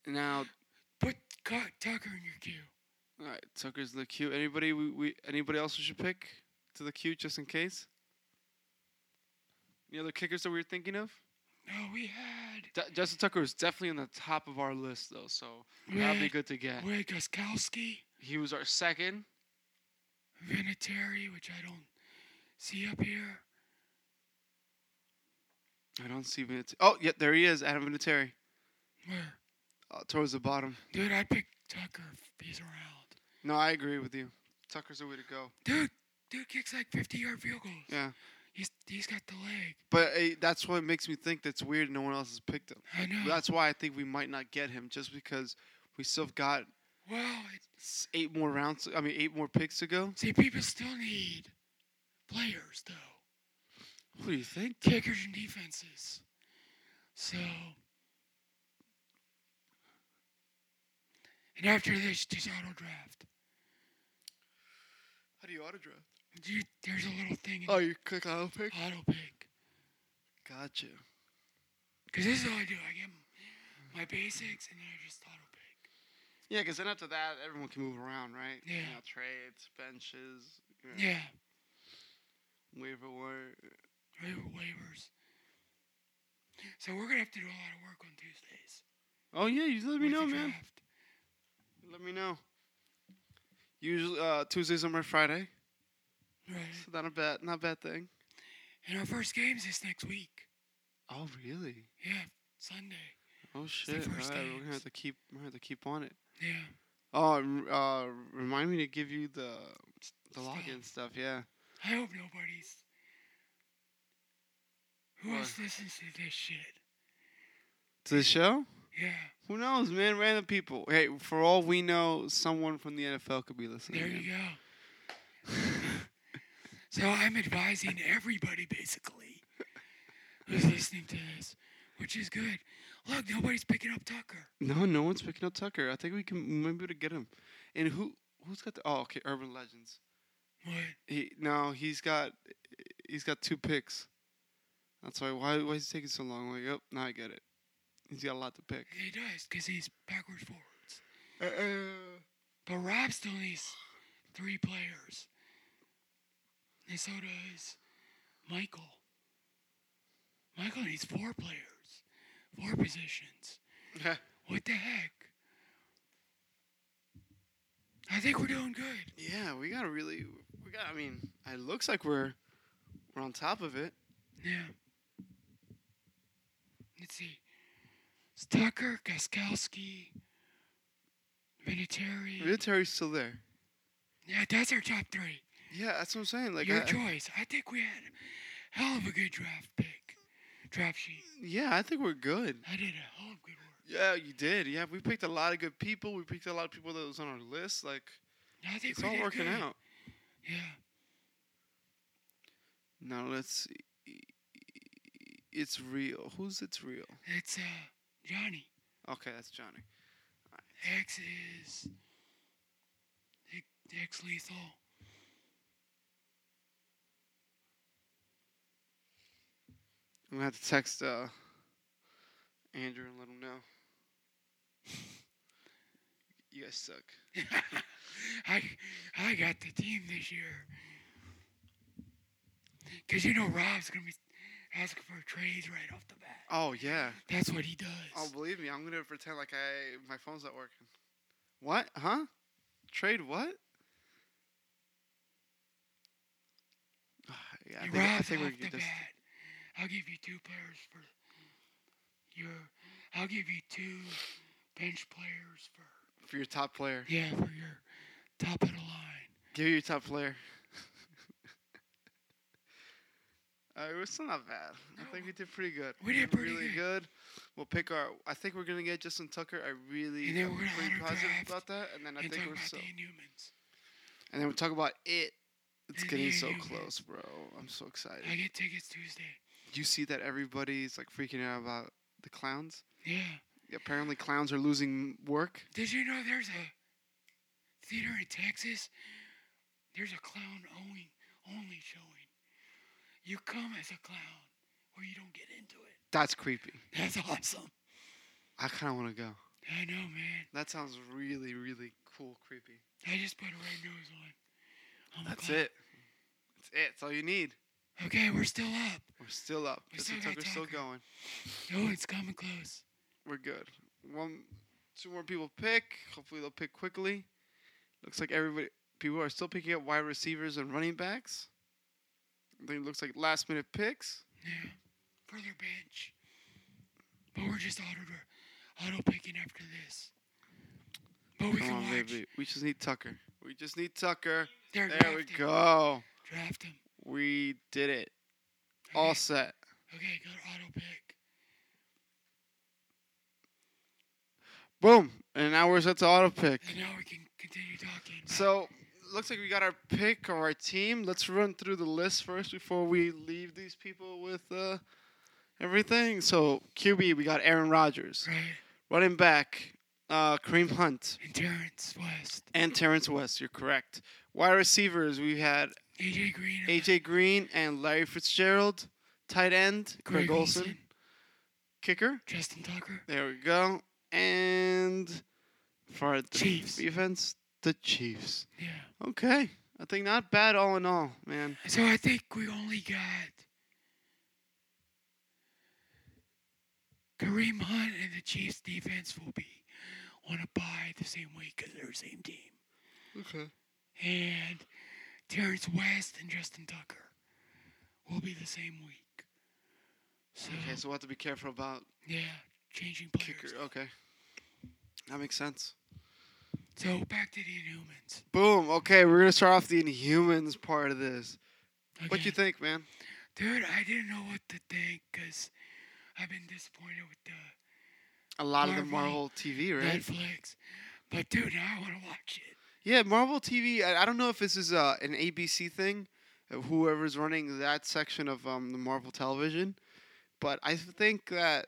[SPEAKER 2] Now,
[SPEAKER 3] Put Cu- Tucker in your queue.
[SPEAKER 2] all right, Tucker's in the queue. Anybody we, we anybody else we should pick to the queue just in case? Any other kickers that we were thinking of?
[SPEAKER 3] No, we had
[SPEAKER 2] De- Justin Tucker was definitely on the top of our list though, so that'd be
[SPEAKER 3] Right.
[SPEAKER 2] good to get.
[SPEAKER 3] Wade Goskowski,
[SPEAKER 2] He was our second.
[SPEAKER 3] Vinatieri, which I don't see up here.
[SPEAKER 2] I don't see Vinatieri. Oh, yeah, there he is, Adam Vinatieri,
[SPEAKER 3] Where?
[SPEAKER 2] uh, towards the bottom.
[SPEAKER 3] Dude, I picked Tucker if he's around.
[SPEAKER 2] No, I agree with you. Tucker's the way to go.
[SPEAKER 3] Dude, Dude kicks like 50 yard field goals.
[SPEAKER 2] Yeah.
[SPEAKER 3] He's, he's got the leg.
[SPEAKER 2] But uh, that's what makes me think that's weird. No one else has picked him.
[SPEAKER 3] I know.
[SPEAKER 2] That's why I think we might not get him, just because we still have got
[SPEAKER 3] well, it,
[SPEAKER 2] s- eight more rounds. I mean, eight more picks to go.
[SPEAKER 3] see, people still need players, though.
[SPEAKER 2] What do you think?
[SPEAKER 3] kickers and defenses. So, and after this, just auto draft.
[SPEAKER 2] How do you auto draft?
[SPEAKER 3] You, there's a little thing in
[SPEAKER 2] Oh, you click auto pick.
[SPEAKER 3] auto pick.
[SPEAKER 2] Gotcha.
[SPEAKER 3] Because this is all I do. I get my basics and then I just auto pick.
[SPEAKER 2] Yeah, because then after that, everyone can move around, right?
[SPEAKER 3] Yeah.
[SPEAKER 2] You know, trades, benches, you know,
[SPEAKER 3] Yeah,
[SPEAKER 2] waiver wire.
[SPEAKER 3] waiver, waivers. So we're gonna have to do a lot of work on Tuesdays.
[SPEAKER 2] Oh yeah, you let me
[SPEAKER 3] with
[SPEAKER 2] know,
[SPEAKER 3] the
[SPEAKER 2] man.
[SPEAKER 3] draft.
[SPEAKER 2] Let me know. Usually uh, Tuesdays are my Friday,
[SPEAKER 3] Right.
[SPEAKER 2] so not a bad, not a bad thing.
[SPEAKER 3] And our first game's this next week.
[SPEAKER 2] Oh really?
[SPEAKER 3] Yeah, Sunday.
[SPEAKER 2] Oh
[SPEAKER 3] the
[SPEAKER 2] shit! All right,
[SPEAKER 3] first
[SPEAKER 2] we're gonna
[SPEAKER 3] games.
[SPEAKER 2] have to keep, we're gonna have to keep on it.
[SPEAKER 3] Yeah.
[SPEAKER 2] Oh, and r- uh, remind me to give you the the login stuff. Yeah.
[SPEAKER 3] I hope nobody's. Who
[SPEAKER 2] Why?
[SPEAKER 3] else listens to this shit?
[SPEAKER 2] To the show?
[SPEAKER 3] Yeah,
[SPEAKER 2] Who knows, man? Random people. Hey, for all we know, someone from the NFL could be listening.
[SPEAKER 3] there
[SPEAKER 2] man.
[SPEAKER 3] you go. so I'm advising everybody basically who's listening to this, which is good. Look, nobody's picking up Tucker.
[SPEAKER 2] No, no one's picking up Tucker. I think we can we might be able to get him. And who who's got the? Oh, okay, Urban Legends.
[SPEAKER 3] What?
[SPEAKER 2] He no, he's got he's got two picks. That's why why why is he taking so long? Like, oh, now I get it. He's got a lot to pick.
[SPEAKER 3] He does, because he's backwards forwards.
[SPEAKER 2] Uh, uh,
[SPEAKER 3] But Rob still needs three players. And so does Michael. Michael needs four players, four positions.
[SPEAKER 2] yeah.
[SPEAKER 3] What the heck? I think we're doing good.
[SPEAKER 2] yeah, we gotta really we got. I mean, it looks like we're we're on top of it.
[SPEAKER 3] Yeah. Let's see. It's Tucker, Gaskowski, Vinatieri.
[SPEAKER 2] Vinatieri's still there.
[SPEAKER 3] Yeah, that's our top three.
[SPEAKER 2] Yeah, that's what I'm saying. Like,
[SPEAKER 3] Your
[SPEAKER 2] I-
[SPEAKER 3] choice. I think we had a hell of a good draft pick. Draft sheet.
[SPEAKER 2] yeah, I think we're good.
[SPEAKER 3] I did a hell of good work.
[SPEAKER 2] Yeah, you did. Yeah, we picked a lot of good people. We picked a lot of people that was on our list. Like,
[SPEAKER 3] I think
[SPEAKER 2] it's
[SPEAKER 3] we
[SPEAKER 2] all
[SPEAKER 3] did
[SPEAKER 2] working
[SPEAKER 3] good.
[SPEAKER 2] out.
[SPEAKER 3] Yeah.
[SPEAKER 2] Now let's. see. It's real. Who's it's real?
[SPEAKER 3] It's uh Johnny.
[SPEAKER 2] Okay, that's Johnny.
[SPEAKER 3] X is X- X lethal.
[SPEAKER 2] I'm gonna have to text uh, Andrew and let him know. you guys suck.
[SPEAKER 3] I I got the team this year. Cause you know Rob's gonna be asking for trades right off the bat.
[SPEAKER 2] Oh yeah.
[SPEAKER 3] That's what he does.
[SPEAKER 2] Oh believe me, I'm gonna pretend like I my phone's not working. What? Huh? Trade what? Yeah, I think, I
[SPEAKER 3] Rob's
[SPEAKER 2] think we're
[SPEAKER 3] off the
[SPEAKER 2] just.
[SPEAKER 3] bat. I'll give you two players for your. I'll give you two bench players for.
[SPEAKER 2] for your top player.
[SPEAKER 3] Yeah, for your top of the line.
[SPEAKER 2] Give you your top player. uh, we're still not bad. I think we did pretty good.
[SPEAKER 3] We did pretty
[SPEAKER 2] really good. We'll pick our. I think we're gonna get Justin Tucker. I really
[SPEAKER 3] And then
[SPEAKER 2] am
[SPEAKER 3] we're gonna
[SPEAKER 2] pretty
[SPEAKER 3] auto
[SPEAKER 2] positive
[SPEAKER 3] draft
[SPEAKER 2] about that. And then I
[SPEAKER 3] and
[SPEAKER 2] think
[SPEAKER 3] talk
[SPEAKER 2] we're
[SPEAKER 3] about
[SPEAKER 2] so.
[SPEAKER 3] the Inhumans.
[SPEAKER 2] And then we'll talk about it. It's
[SPEAKER 3] And
[SPEAKER 2] getting
[SPEAKER 3] the
[SPEAKER 2] so
[SPEAKER 3] Inhumans.
[SPEAKER 2] close, bro. I'm so excited.
[SPEAKER 3] I get tickets Tuesday.
[SPEAKER 2] you see that everybody's like freaking out about the clowns?
[SPEAKER 3] Yeah.
[SPEAKER 2] Apparently, clowns are losing work.
[SPEAKER 3] Did you know there's a theater in Texas? There's a clown only only showing. You come as a clown, or you don't get into it.
[SPEAKER 2] That's creepy.
[SPEAKER 3] That's awesome.
[SPEAKER 2] I kind of want to go.
[SPEAKER 3] I know, man.
[SPEAKER 2] That sounds really, really cool, creepy.
[SPEAKER 3] I just put a red nose on. I'm a
[SPEAKER 2] That's
[SPEAKER 3] clown.
[SPEAKER 2] it. That's it. That's all you need.
[SPEAKER 3] Okay, we're still up.
[SPEAKER 2] We're still up.
[SPEAKER 3] We
[SPEAKER 2] Justin
[SPEAKER 3] still got
[SPEAKER 2] Tucker's still
[SPEAKER 3] Tucker.
[SPEAKER 2] going.
[SPEAKER 3] Oh, it's coming close.
[SPEAKER 2] We're good. One, two more people pick. Hopefully they'll pick quickly. Looks like everybody people are still picking up wide receivers and running backs. I think it looks like last minute picks.
[SPEAKER 3] Yeah, further bench. But we're just auto auto picking after this. But we
[SPEAKER 2] Come
[SPEAKER 3] can
[SPEAKER 2] on,
[SPEAKER 3] watch.
[SPEAKER 2] baby. We just need Tucker. We just need Tucker.
[SPEAKER 3] They're
[SPEAKER 2] There we
[SPEAKER 3] drafting.
[SPEAKER 2] go.
[SPEAKER 3] Draft him.
[SPEAKER 2] We did it.
[SPEAKER 3] Okay.
[SPEAKER 2] All set.
[SPEAKER 3] Okay, go to auto pick.
[SPEAKER 2] Boom. And now we're set to auto pick.
[SPEAKER 3] And now we can continue talking. about-
[SPEAKER 2] So looks like we got our pick or our team. Let's run through the list first before we leave these people with uh, everything. So QB, we got Aaron Rodgers.
[SPEAKER 3] right.
[SPEAKER 2] Running back, uh, Kareem Hunt
[SPEAKER 3] And Terrence West.
[SPEAKER 2] and Terrence West. You're correct. Wide receivers, we had
[SPEAKER 3] AJ Green. and
[SPEAKER 2] AJ Green and Larry Fitzgerald. Tight end, Greg, Olson. Kicker,
[SPEAKER 3] Justin Tucker.
[SPEAKER 2] there we go. And for the
[SPEAKER 3] Chiefs.
[SPEAKER 2] defense, the Chiefs.
[SPEAKER 3] Yeah.
[SPEAKER 2] Okay. I think not bad all in all, man.
[SPEAKER 3] So I think we only got Kareem Hunt and the Chiefs defense will be on a bye the same week because they're the same team.
[SPEAKER 2] Okay.
[SPEAKER 3] And Terrence West and Justin Tucker will be the same week. So,
[SPEAKER 2] Okay, so we'll have to be careful about
[SPEAKER 3] yeah, changing players.
[SPEAKER 2] kicker. Okay. That makes sense.
[SPEAKER 3] So back to the Inhumans.
[SPEAKER 2] Boom. Okay, we're gonna start off the Inhumans part of this. What do
[SPEAKER 3] Okay.
[SPEAKER 2] you think, man?
[SPEAKER 3] Dude, I didn't know what to think because I've been disappointed with the
[SPEAKER 2] A lot of the Marvel
[SPEAKER 3] Marvel.
[SPEAKER 2] TV, right?
[SPEAKER 3] Netflix. But dude, now I want to watch it.
[SPEAKER 2] Yeah, Marvel TV. I, I don't know if this is uh, an ABC thing, uh, whoever's running that section of um, the Marvel television, but I think that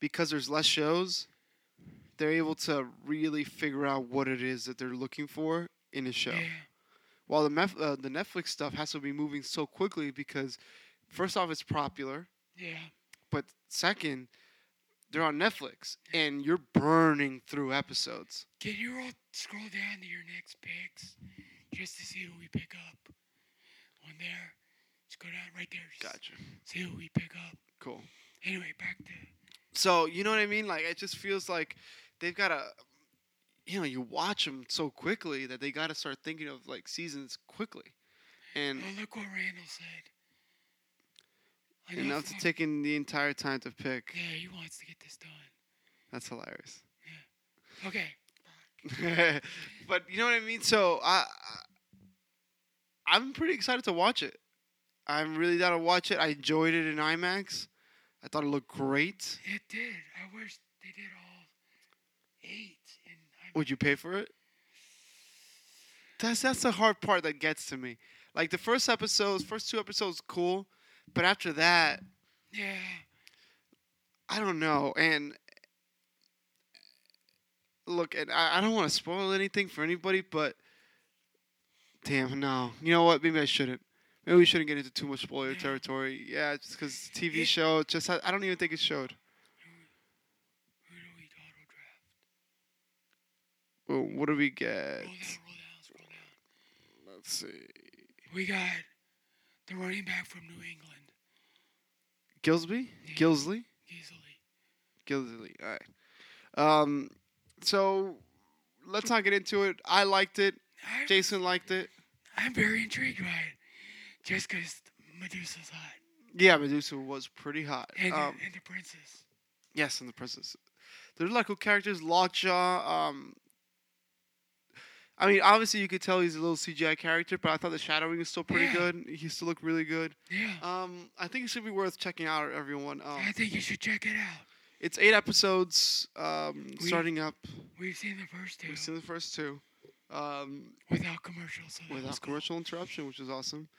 [SPEAKER 2] because there's less shows, they're able to really figure out what it is that they're looking for in a show.
[SPEAKER 3] Yeah.
[SPEAKER 2] While the Mef- uh, the Netflix stuff has to be moving so quickly because, first off, it's popular,
[SPEAKER 3] Yeah.
[SPEAKER 2] but second, they're on Netflix and you're burning through episodes.
[SPEAKER 3] Can you all scroll down to your next picks just to see who we pick up? On there. Just go down right there. Just
[SPEAKER 2] Gotcha.
[SPEAKER 3] See who we pick up.
[SPEAKER 2] Cool.
[SPEAKER 3] Anyway, back to.
[SPEAKER 2] So you know what I mean? Like it just feels like they've got to, you know, you watch them so quickly that they got to start thinking of like seasons quickly, and
[SPEAKER 3] Oh, look what Randall said. I know
[SPEAKER 2] enough to
[SPEAKER 3] fuck-
[SPEAKER 2] take in the entire time to pick.
[SPEAKER 3] Yeah, he wants to get this done.
[SPEAKER 2] That's hilarious.
[SPEAKER 3] Okay.
[SPEAKER 2] but you know what I mean? So I, I- I'm pretty excited to watch it. I'm really down to watch it. I enjoyed it in IMAX. I thought it looked great.
[SPEAKER 3] It did. I wish they did all eight. And I
[SPEAKER 2] Would you pay for it? That's that's the hard part that gets to me. Like the first episodes, first two episodes, cool, but after that,
[SPEAKER 3] yeah.
[SPEAKER 2] I don't know. And look, and I, I don't want to spoil anything for anybody, but damn, no. You know what? Maybe I shouldn't. Maybe we shouldn't get into too much spoiler
[SPEAKER 3] Yeah.
[SPEAKER 2] territory. Yeah, just because TV
[SPEAKER 3] It-
[SPEAKER 2] show. Just I, I don't even think it showed.
[SPEAKER 3] Who do we auto draft?
[SPEAKER 2] Well, what do we get?
[SPEAKER 3] Roll down, roll down, scroll down.
[SPEAKER 2] Let's see.
[SPEAKER 3] We got the running back from New England,
[SPEAKER 2] Gillsby,
[SPEAKER 3] Yeah.
[SPEAKER 2] Gillsley.
[SPEAKER 3] easily.
[SPEAKER 2] Gilderly. All right. Um, so let's not get into it. I liked it.
[SPEAKER 3] I'm,
[SPEAKER 2] Jason liked it.
[SPEAKER 3] I'm very intrigued by it, just because Medusa's hot
[SPEAKER 2] Yeah, Medusa was pretty hot.
[SPEAKER 3] and, the-
[SPEAKER 2] Um,
[SPEAKER 3] and the princess.
[SPEAKER 2] yes, and the princess. There's like cool characters. Lockjaw. Um, I mean, obviously you could tell he's a little CGI character, but I thought the shadowing is still pretty
[SPEAKER 3] Yeah.
[SPEAKER 2] good. He still looked really good.
[SPEAKER 3] Yeah,
[SPEAKER 2] Um, I think it should be worth checking out, everyone.
[SPEAKER 3] I
[SPEAKER 2] Um,
[SPEAKER 3] think you should check it out.
[SPEAKER 2] it's eight episodes. Um,
[SPEAKER 3] We-
[SPEAKER 2] starting up.
[SPEAKER 3] We've seen the first two
[SPEAKER 2] We've seen the first two. Um,
[SPEAKER 3] without commercials. So that was
[SPEAKER 2] without
[SPEAKER 3] cool.
[SPEAKER 2] commercial interruption, which is awesome.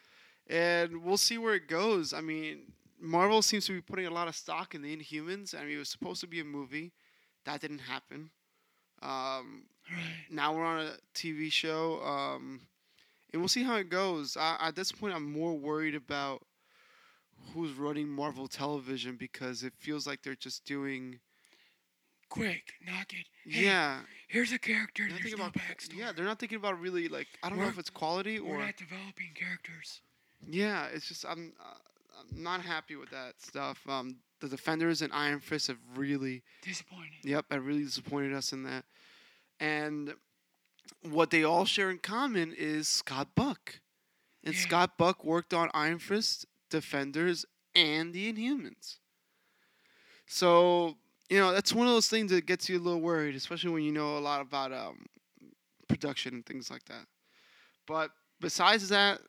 [SPEAKER 2] And we'll see where it goes. I mean, Marvel seems to be putting a lot of stock in the Inhumans. I mean, it was supposed to be a movie, that didn't happen. Um,
[SPEAKER 3] Right.
[SPEAKER 2] now we're on a TV show, um, and we'll see how it goes. I, at this point, I'm more worried about who's running Marvel Television because it feels like they're just doing.
[SPEAKER 3] Quick, knock it. Hey,
[SPEAKER 2] yeah,
[SPEAKER 3] Here's a character.
[SPEAKER 2] they're not
[SPEAKER 3] There's
[SPEAKER 2] thinking
[SPEAKER 3] no
[SPEAKER 2] about.
[SPEAKER 3] backstory.
[SPEAKER 2] Yeah, they're not thinking about really like. I don't know
[SPEAKER 3] We're-
[SPEAKER 2] if it's quality or.
[SPEAKER 3] We're not developing characters.
[SPEAKER 2] Yeah, it's just I'm uh, I'm not happy with that stuff. Um, the defenders and Iron Fist have really,
[SPEAKER 3] Disappointing.
[SPEAKER 2] yep, have really disappointed us in that. And what they all share in common is Scott Buck, and
[SPEAKER 3] Yeah.
[SPEAKER 2] Scott Buck worked on Iron Fist, Defenders, and the Inhumans. So you know that's one of those things that gets you a little worried, especially when you know a lot about um, production and things like that. But besides that,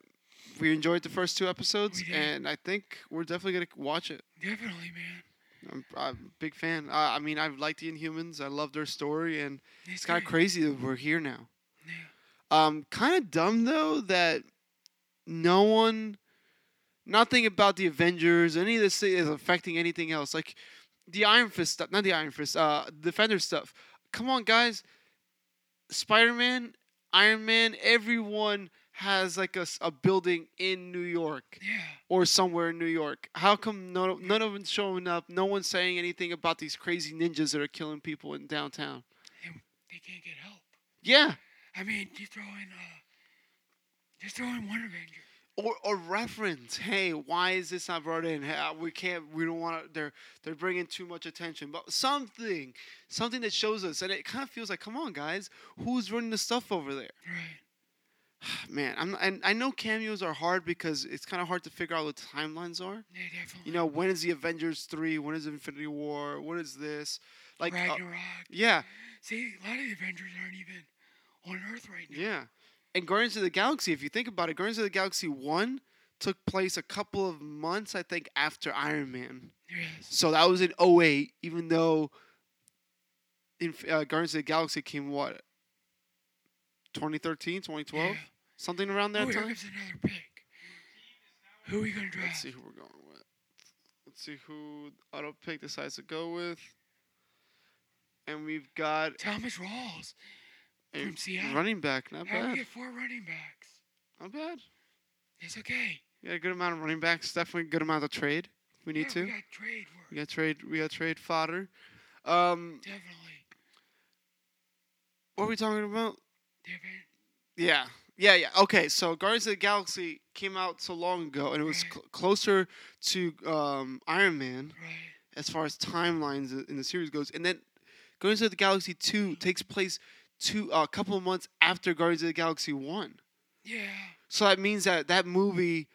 [SPEAKER 2] we enjoyed the first two episodes,
[SPEAKER 3] We did.
[SPEAKER 2] and I think we're definitely gonna watch it.
[SPEAKER 3] Definitely, man.
[SPEAKER 2] I'm, I'm a big fan. I, I mean, I've liked the Inhumans. I love their story, and
[SPEAKER 3] It's
[SPEAKER 2] it's kind of
[SPEAKER 3] good.
[SPEAKER 2] crazy that we're here now.
[SPEAKER 3] Yeah.
[SPEAKER 2] Um, kind of dumb though that no one, nothing about the Avengers, any of this thing is affecting anything else. Like the Iron Fist stuff, not the Iron Fist, uh, Defender stuff. Come on, guys. Spider Man, Iron Man, everyone has like a, s- a building in New York
[SPEAKER 3] Yeah.
[SPEAKER 2] or somewhere in New York. How come no, none of them's showing up? No one's saying anything about these crazy ninjas that are killing people in downtown.
[SPEAKER 3] They can't get help.
[SPEAKER 2] Yeah,
[SPEAKER 3] I mean, you throw in uh, just throw in one Avenger.
[SPEAKER 2] or or reference. Hey, why is this not brought in? Hey, uh, we can't. We don't want to. They're they're bringing too much attention. But something, something that shows us, and it kind of feels like, come on, guys, who's running the stuff over there? Ah,
[SPEAKER 3] Right.
[SPEAKER 2] Man, I'm and I know cameos are hard because it's kind of hard to figure out what the timelines are.
[SPEAKER 3] Yeah,
[SPEAKER 2] You
[SPEAKER 3] definitely.
[SPEAKER 2] know, when is the Avengers three? When is Infinity War? What is this? Like, uh,
[SPEAKER 3] Ragnarok.
[SPEAKER 2] yeah,
[SPEAKER 3] See, a lot of the Avengers aren't even on Earth right now.
[SPEAKER 2] yeah. And Guardians of the Galaxy, if you think about it, Guardians of the Galaxy one took place a couple of months, I think, after Iron Man.
[SPEAKER 3] Yes.
[SPEAKER 2] So that was in 08, even though in uh, Guardians of the Galaxy came what 2013, 2012,
[SPEAKER 3] Yeah.
[SPEAKER 2] something around
[SPEAKER 3] Oh,
[SPEAKER 2] that
[SPEAKER 3] here
[SPEAKER 2] time.
[SPEAKER 3] comes another pick. Who are we gonna
[SPEAKER 2] Let's
[SPEAKER 3] draft?
[SPEAKER 2] see who we're going with. Let's see who auto pick decides to go with. And we've got
[SPEAKER 3] Thomas Rawls
[SPEAKER 2] a
[SPEAKER 3] from Seattle.
[SPEAKER 2] running back. Not
[SPEAKER 3] How do we
[SPEAKER 2] bad.
[SPEAKER 3] get four running backs?
[SPEAKER 2] Not bad.
[SPEAKER 3] It's okay.
[SPEAKER 2] We got a good amount of running backs. Definitely a good amount of trade. We need
[SPEAKER 3] yeah,
[SPEAKER 2] to.
[SPEAKER 3] We got trade work.
[SPEAKER 2] We got trade. We got trade fodder. Um,
[SPEAKER 3] Definitely.
[SPEAKER 2] what are we talking about?
[SPEAKER 3] Different.
[SPEAKER 2] Yeah. Yeah, yeah. Okay, so Guardians of the Galaxy came out so long ago, and it was
[SPEAKER 3] Right.
[SPEAKER 2] cl- closer to um, Iron Man
[SPEAKER 3] Right.
[SPEAKER 2] as far as timelines i- in the series goes. And then Guardians of the Galaxy 2 takes place two, a couple of months after Guardians of the Galaxy 1.
[SPEAKER 3] Yeah.
[SPEAKER 2] So that means that that movie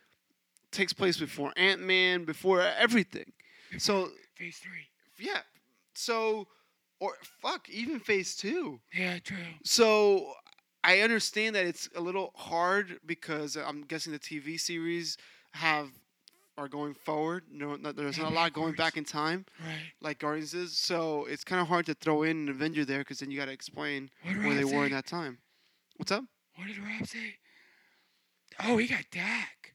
[SPEAKER 2] takes place before Ant Man, before everything. So,
[SPEAKER 3] Phase three.
[SPEAKER 2] yeah. So, or fuck, even Phase 2.
[SPEAKER 3] Yeah, true.
[SPEAKER 2] So I understand that it's a little hard because I'm guessing the TV series have are going forward. No, no there's not a lot going back in time
[SPEAKER 3] Right.
[SPEAKER 2] like Guardians is. So it's kind of hard to throw in an Avenger there because then you got to explain
[SPEAKER 3] What did
[SPEAKER 2] where
[SPEAKER 3] Rob
[SPEAKER 2] they
[SPEAKER 3] say?
[SPEAKER 2] were in that time. What's up?
[SPEAKER 3] What did Rob say? Oh, he got Dak.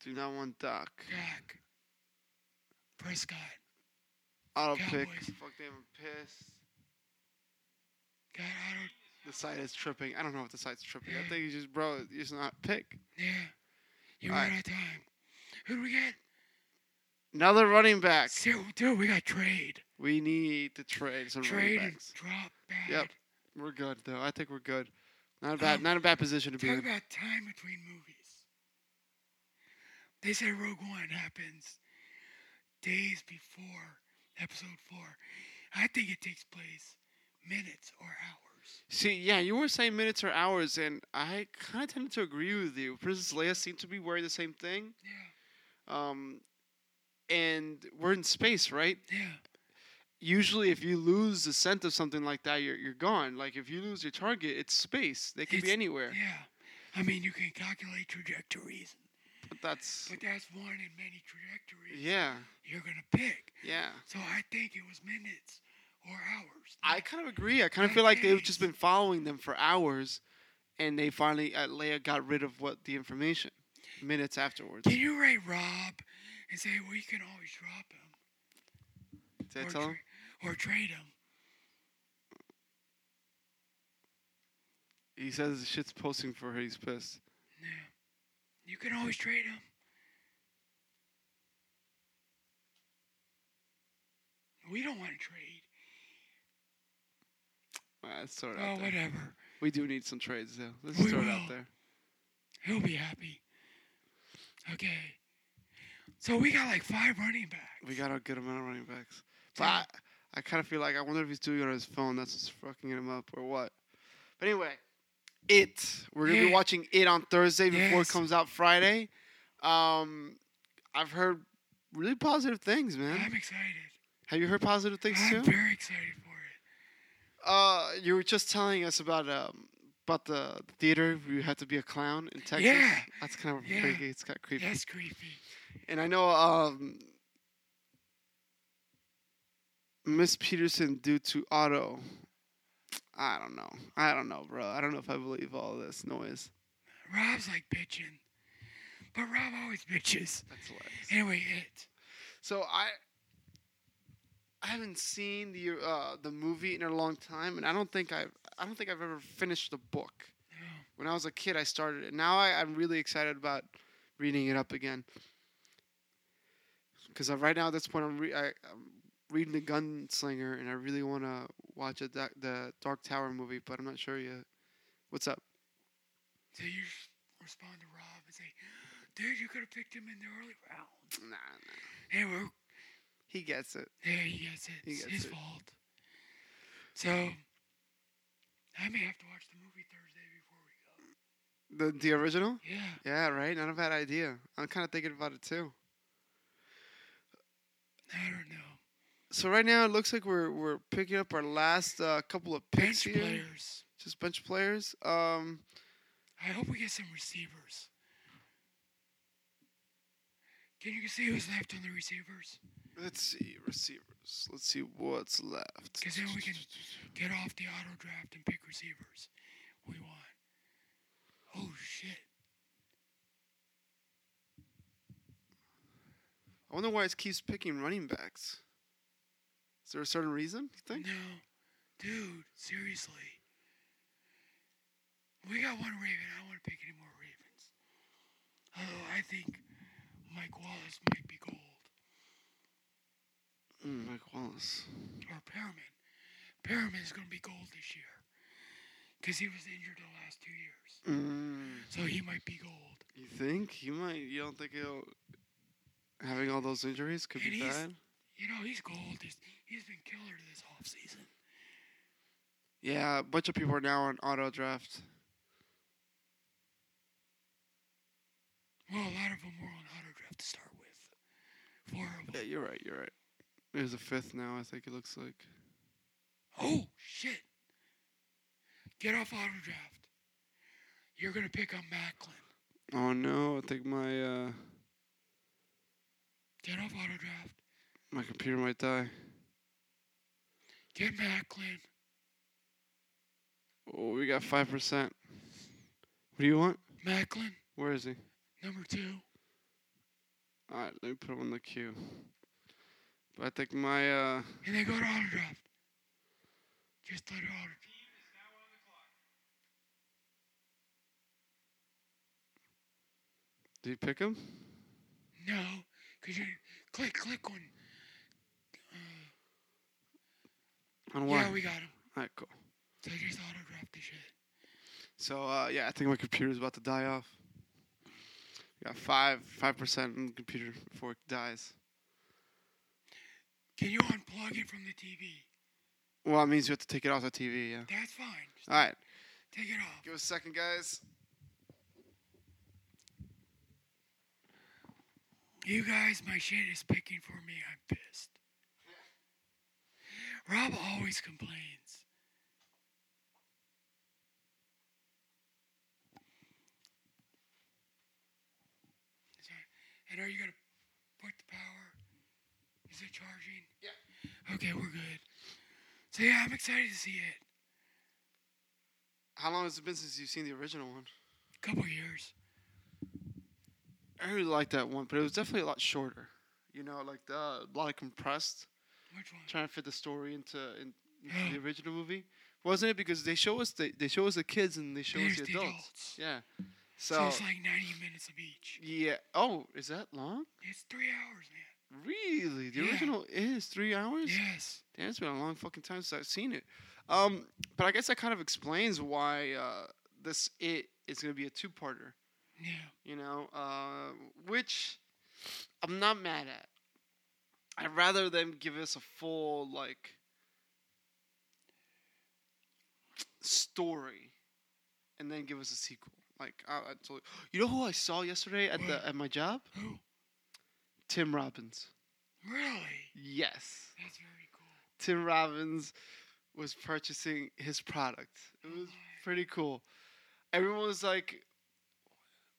[SPEAKER 2] Do not want Doc.
[SPEAKER 3] Dak. Prescott.
[SPEAKER 2] Auto pick.
[SPEAKER 3] Cowboys.
[SPEAKER 2] Fuck damn, I'm pissed.
[SPEAKER 3] Got Otto.
[SPEAKER 2] The site is tripping. I don't know if the site's tripping. I think you just bro, you just not pick.
[SPEAKER 3] Yeah. You
[SPEAKER 2] All
[SPEAKER 3] ran
[SPEAKER 2] right.
[SPEAKER 3] out of time. Who do we get?
[SPEAKER 2] Another running back.
[SPEAKER 3] So, dude, we got trade.
[SPEAKER 2] We need to trade some
[SPEAKER 3] Trade
[SPEAKER 2] running
[SPEAKER 3] and
[SPEAKER 2] backs.
[SPEAKER 3] drop back.
[SPEAKER 2] Yep. We're good though. I think we're good. Not a bad, not a bad position to be
[SPEAKER 3] Talk
[SPEAKER 2] in.
[SPEAKER 3] about time between movies. They say Rogue One happens days before Episode Four. I think it takes place minutes or hours.
[SPEAKER 2] See, yeah, you were saying minutes or hours, and I kind of tended to agree with you. Princess Leia seemed to be wearing the same thing,
[SPEAKER 3] Yeah.
[SPEAKER 2] um, and we're in space, right?
[SPEAKER 3] Yeah.
[SPEAKER 2] Usually, if you lose the scent of something like that, you're you're gone. Like if you lose your target, it's space. They could be
[SPEAKER 3] It's-
[SPEAKER 2] anywhere.
[SPEAKER 3] Yeah. I mean, you can calculate trajectories,
[SPEAKER 2] But that's
[SPEAKER 3] but that's one in many trajectories
[SPEAKER 2] yeah,
[SPEAKER 3] you're going to pick.
[SPEAKER 2] yeah.
[SPEAKER 3] So I think it was minutes or hours.
[SPEAKER 2] I kind of agree. I kind of feel like they've just been following them for hours, and they finally uh, Leia got rid of what the information minutes afterwards.
[SPEAKER 3] Can you write Rob and say, well, you can always drop him?
[SPEAKER 2] Did I
[SPEAKER 3] or
[SPEAKER 2] tell him?
[SPEAKER 3] tra- or trade him.
[SPEAKER 2] He says shit's posting for her. He's pissed.
[SPEAKER 3] Yeah. You can always trade him. We don't want to trade.
[SPEAKER 2] All right, let's throw it
[SPEAKER 3] Oh,
[SPEAKER 2] out there.
[SPEAKER 3] whatever.
[SPEAKER 2] We do need some trades though. Let's
[SPEAKER 3] We
[SPEAKER 2] just throw it
[SPEAKER 3] will.
[SPEAKER 2] out there.
[SPEAKER 3] He'll be happy. Okay. So we got like five running backs.
[SPEAKER 2] We got a good amount of running backs, but
[SPEAKER 3] Yeah.
[SPEAKER 2] I, I kind of feel like I wonder if he's doing it on his phone. That's what's fucking him up or what. But anyway, it. We're gonna
[SPEAKER 3] Yeah.
[SPEAKER 2] be watching it on Thursday before
[SPEAKER 3] Yes.
[SPEAKER 2] it comes out Friday. Um, I've heard really positive things, man.
[SPEAKER 3] I'm excited.
[SPEAKER 2] Have you heard positive things
[SPEAKER 3] I'm
[SPEAKER 2] too?
[SPEAKER 3] very excited for it.
[SPEAKER 2] Uh, you were just telling us about um, about the the theater where you had to be a clown in Texas.
[SPEAKER 3] Yeah.
[SPEAKER 2] That's kind of
[SPEAKER 3] Yeah.
[SPEAKER 2] creepy. It's kind of creepy.
[SPEAKER 3] That's creepy.
[SPEAKER 2] And I know um, Miss Peterson due to auto. I don't know. I don't know, bro. I don't know if I believe all this noise.
[SPEAKER 3] Rob's like bitching, but Rob always bitches.
[SPEAKER 2] That's hilarious.
[SPEAKER 3] Anyway, it.
[SPEAKER 2] So I I haven't seen the uh, the movie in a long time, and I don't think I've I don't think I've ever finished the book.
[SPEAKER 3] No.
[SPEAKER 2] When I was a kid, I started it. Now I, I'm really excited about reading it up again. Because right now at this point, I'm, re- I, I'm reading the Gunslinger, and I really want to watch a doc- the Dark Tower movie, but I'm not sure yet. What's up?
[SPEAKER 3] So you s- respond to Rob and say, "Dude, you could have picked him in the early round."
[SPEAKER 2] Nah, nah.
[SPEAKER 3] Anyway,
[SPEAKER 2] He gets it.
[SPEAKER 3] yeah, he gets it.
[SPEAKER 2] He
[SPEAKER 3] It's
[SPEAKER 2] gets
[SPEAKER 3] his
[SPEAKER 2] it.
[SPEAKER 3] fault. So I may have to watch the movie Thursday before we go.
[SPEAKER 2] The the original.
[SPEAKER 3] Yeah.
[SPEAKER 2] Yeah, right. Not a bad idea. I'm kind of thinking about it too.
[SPEAKER 3] I don't know.
[SPEAKER 2] So right now it looks like we're we're picking up our last uh, couple of picks
[SPEAKER 3] Bench
[SPEAKER 2] here.
[SPEAKER 3] players.
[SPEAKER 2] Just bench players. Um,
[SPEAKER 3] I hope we get some receivers. Can you see who's left on the receivers?
[SPEAKER 2] let's see receivers. Let's see what's left.
[SPEAKER 3] Because then we can get off the auto draft and pick receivers we want. Oh shit!
[SPEAKER 2] I wonder why it keeps picking running backs. Is there a certain reason? You think?
[SPEAKER 3] No, dude, seriously. We got one Raven. I don't want to pick any more Ravens. Although I think Mike Wallace might be gold
[SPEAKER 2] Mm, Mike Wallace.
[SPEAKER 3] or Perriman. Perriman's gonna be gold this year because he was injured the last two years,
[SPEAKER 2] Mm,
[SPEAKER 3] so he might be gold.
[SPEAKER 2] you think he might? You don't think he'll having all those injuries could
[SPEAKER 3] And
[SPEAKER 2] be
[SPEAKER 3] he's-
[SPEAKER 2] bad?
[SPEAKER 3] You know, he's gold. He's, he's been killer this offseason.
[SPEAKER 2] Yeah, a bunch of people are now on auto draft.
[SPEAKER 3] Well, a lot of them were on auto draft to start with. Four of
[SPEAKER 2] Yeah,
[SPEAKER 3] them.
[SPEAKER 2] you're right. You're right. There's a fifth now. I think it looks like.
[SPEAKER 3] Oh shit! Get off auto draft. You're gonna pick up Macklin.
[SPEAKER 2] Oh no! I think my uh,
[SPEAKER 3] Get off auto draft.
[SPEAKER 2] my computer might die.
[SPEAKER 3] Get Macklin.
[SPEAKER 2] Oh, we got five percent. What do you want?
[SPEAKER 3] Macklin,
[SPEAKER 2] Where is he?
[SPEAKER 3] number two.
[SPEAKER 2] All right, let me put him on the queue. But I think my uh,
[SPEAKER 3] And they go to auto draft. Just let it auto draft.
[SPEAKER 2] did you pick him?
[SPEAKER 3] No, because you click, click on. Uh,
[SPEAKER 2] On what?
[SPEAKER 3] yeah, we got him.
[SPEAKER 2] All right, cool.
[SPEAKER 3] So just auto draft the shit.
[SPEAKER 2] So uh, yeah, I think my computer's about to die off. We got five five percent on the computer before it dies.
[SPEAKER 3] Can you unplug it from the TV?
[SPEAKER 2] Well, that means you have to take it off the TV. Yeah.
[SPEAKER 3] That's fine. Just
[SPEAKER 2] All right,
[SPEAKER 3] Take it off.
[SPEAKER 2] give us a second, guys.
[SPEAKER 3] You guys, my shit is picking for me. I'm pissed. Rob always complains. So- And are you gonna put the power? Is it charging? Yeah. Okay, we're good. So yeah, I'm excited to see it.
[SPEAKER 2] How long has it been since you've seen the original one?
[SPEAKER 3] Couple years.
[SPEAKER 2] I really liked that one, but it was definitely a lot shorter. You know, like the, a lot of compressed,
[SPEAKER 3] Which one?
[SPEAKER 2] trying to fit the story into, in, into the original movie, wasn't it? Because they show us the they show us the kids and they show us
[SPEAKER 3] There's
[SPEAKER 2] the
[SPEAKER 3] the
[SPEAKER 2] adults.
[SPEAKER 3] adults.
[SPEAKER 2] Yeah. So,
[SPEAKER 3] So, it's like 90 minutes of each.
[SPEAKER 2] yeah. Oh, is that long?
[SPEAKER 3] It's three hours, man.
[SPEAKER 2] Really? The
[SPEAKER 3] Yeah.
[SPEAKER 2] original is three hours.
[SPEAKER 3] Yes.
[SPEAKER 2] Damn, it's been a long fucking time since I've seen it. Um, but I guess that kind of explains why uh, this it is going to be a two parter.
[SPEAKER 3] Yeah.
[SPEAKER 2] you know, uh, which I'm not mad at. I'd rather them give us a full like story, and then give us a sequel. Like I, I totally, you know who I saw yesterday at
[SPEAKER 3] What?
[SPEAKER 2] the at my job?
[SPEAKER 3] Who?
[SPEAKER 2] Tim Robbins.
[SPEAKER 3] Really?
[SPEAKER 2] Yes,
[SPEAKER 3] That's very cool.
[SPEAKER 2] Tim Robbins was purchasing his product. It was pretty cool. everyone was like,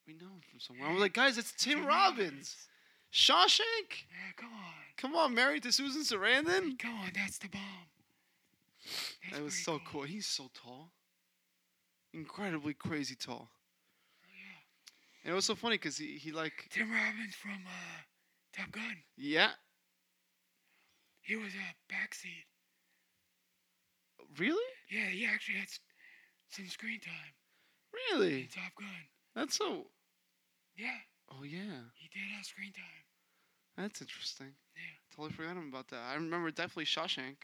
[SPEAKER 2] "We know him from somewhere." I was like, "Guys, it's Tim Robbins, Shawshank.
[SPEAKER 3] Yeah, come on.
[SPEAKER 2] Come on, married to Susan Sarandon."
[SPEAKER 3] Come on, that's the bomb. That's
[SPEAKER 2] That was
[SPEAKER 3] pretty
[SPEAKER 2] so cool. He's so tall, incredibly crazy tall.
[SPEAKER 3] Yeah.
[SPEAKER 2] And it was so funny because he, he like
[SPEAKER 3] Tim Robbins from uh, Top Gun.
[SPEAKER 2] yeah
[SPEAKER 3] He was a backseat.
[SPEAKER 2] really
[SPEAKER 3] Yeah, he actually had s- some screen time in
[SPEAKER 2] really
[SPEAKER 3] Top Gun.
[SPEAKER 2] that's so
[SPEAKER 3] Yeah,
[SPEAKER 2] oh yeah
[SPEAKER 3] he did have screen time.
[SPEAKER 2] that's interesting
[SPEAKER 3] Yeah.
[SPEAKER 2] totally forgot about that I remember definitely Shawshank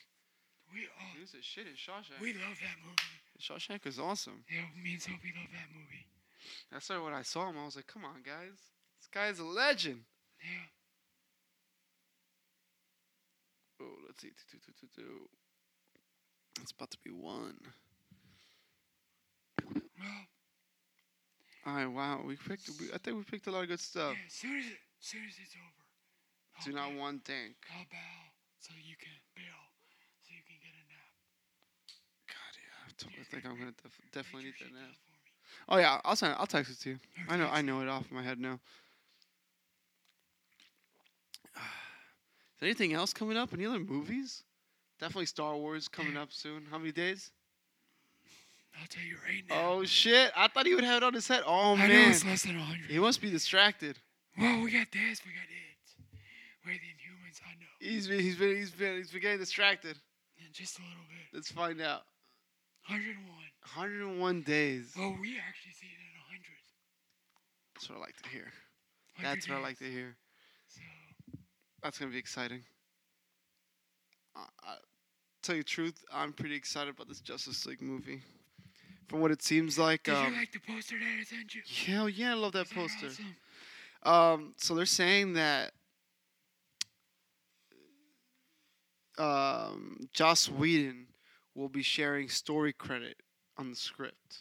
[SPEAKER 3] We
[SPEAKER 2] he
[SPEAKER 3] all
[SPEAKER 2] was a shit in Shawshank
[SPEAKER 3] we love that movie.
[SPEAKER 2] Shawshank was awesome
[SPEAKER 3] Yeah, me and Sophie love that movie.
[SPEAKER 2] that's why when I saw him I was like come on guys this guy's a legend
[SPEAKER 3] Yeah.
[SPEAKER 2] oh let's see two, two, two, two, two. it's about to be one.
[SPEAKER 3] Well,
[SPEAKER 2] All right, wow, we picked. We, I think we picked a lot of good stuff.
[SPEAKER 3] yeah. Soon as it, soon as it's over,
[SPEAKER 2] Do
[SPEAKER 3] I'll
[SPEAKER 2] not
[SPEAKER 3] bow-
[SPEAKER 2] one think.
[SPEAKER 3] I'll bow so you can bail, so you can get a nap.
[SPEAKER 2] God, yeah, I totally think I'm gonna def- definitely need
[SPEAKER 3] Get your
[SPEAKER 2] that
[SPEAKER 3] shit
[SPEAKER 2] now. Oh
[SPEAKER 3] done for me.
[SPEAKER 2] yeah, I'll send. I'll text it to you.
[SPEAKER 3] Or
[SPEAKER 2] I know. I
[SPEAKER 3] text
[SPEAKER 2] know it off my head now. Is there anything else coming up? Any other movies? Definitely Star Wars coming up soon. How many days?
[SPEAKER 3] me. I'll tell you right now.
[SPEAKER 2] Oh shit! I thought he would have it on his head. Oh
[SPEAKER 3] I know
[SPEAKER 2] man,
[SPEAKER 3] it's less than 100.
[SPEAKER 2] he must be distracted.
[SPEAKER 3] Well, we got this, we got it. We're the Inhumans, I know.
[SPEAKER 2] He's been. He's been. He's been. He's been getting distracted.
[SPEAKER 3] In just a little bit.
[SPEAKER 2] Let's find out.
[SPEAKER 3] 101.
[SPEAKER 2] 101 days.
[SPEAKER 3] Well, we actually see it in 100.
[SPEAKER 2] That's what I like to hear.
[SPEAKER 3] 100
[SPEAKER 2] That's what I
[SPEAKER 3] days.
[SPEAKER 2] like to hear.
[SPEAKER 3] So,
[SPEAKER 2] That's gonna be exciting. I, I tell you the truth, I'm pretty excited about this Justice League movie. From what it seems like,
[SPEAKER 3] did
[SPEAKER 2] um,
[SPEAKER 3] you like the poster that I sent you?
[SPEAKER 2] hell yeah, I love that
[SPEAKER 3] Is that
[SPEAKER 2] poster.
[SPEAKER 3] awesome?
[SPEAKER 2] Um, so they're saying that um, Joss Whedon will be sharing story credit on the script,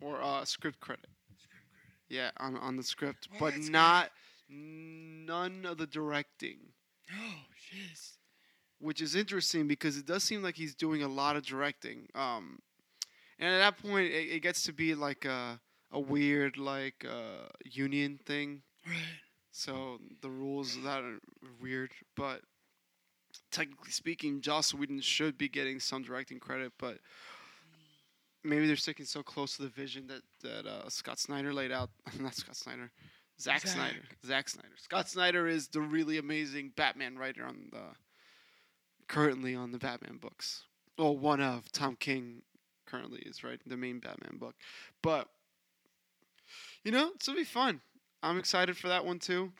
[SPEAKER 2] or uh, script credit.
[SPEAKER 3] Script credit.
[SPEAKER 2] Yeah, on on the script,
[SPEAKER 3] Well,
[SPEAKER 2] but
[SPEAKER 3] that's good.
[SPEAKER 2] not none of the directing.
[SPEAKER 3] No, shiz.
[SPEAKER 2] which is interesting because it does seem like he's doing a lot of directing. Um, and at that point, it, it gets to be like a, a weird like uh, union thing.
[SPEAKER 3] Right.
[SPEAKER 2] So the rules of that are weird, but technically speaking, Joss Whedon should be getting some directing credit, but maybe they're sticking so close to the vision that that uh, Scott Snyder laid out. Not Scott Snyder. Zack
[SPEAKER 3] Zack.
[SPEAKER 2] Snyder. Zack Snyder. Scott Snyder is the really amazing Batman writer on the currently on the Batman books. Well, one of Tom King currently is writing the main Batman book, but you know, it's gonna be fun. I'm excited for that one too.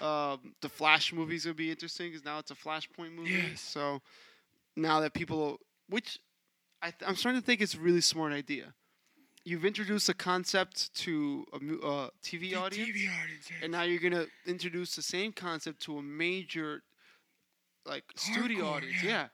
[SPEAKER 2] Um, the Flash movie's gonna be interesting because now it's a Flashpoint movie.
[SPEAKER 3] Yes.
[SPEAKER 2] So now that people, which I th- I'm starting to think it's a really smart idea. You've introduced a concept to a mu- uh, TV
[SPEAKER 3] The
[SPEAKER 2] audience,
[SPEAKER 3] TV audience. yes.
[SPEAKER 2] and now you're gonna introduce the same concept to a major, like studio
[SPEAKER 3] Hardcore,
[SPEAKER 2] audience.
[SPEAKER 3] yeah.
[SPEAKER 2] yeah,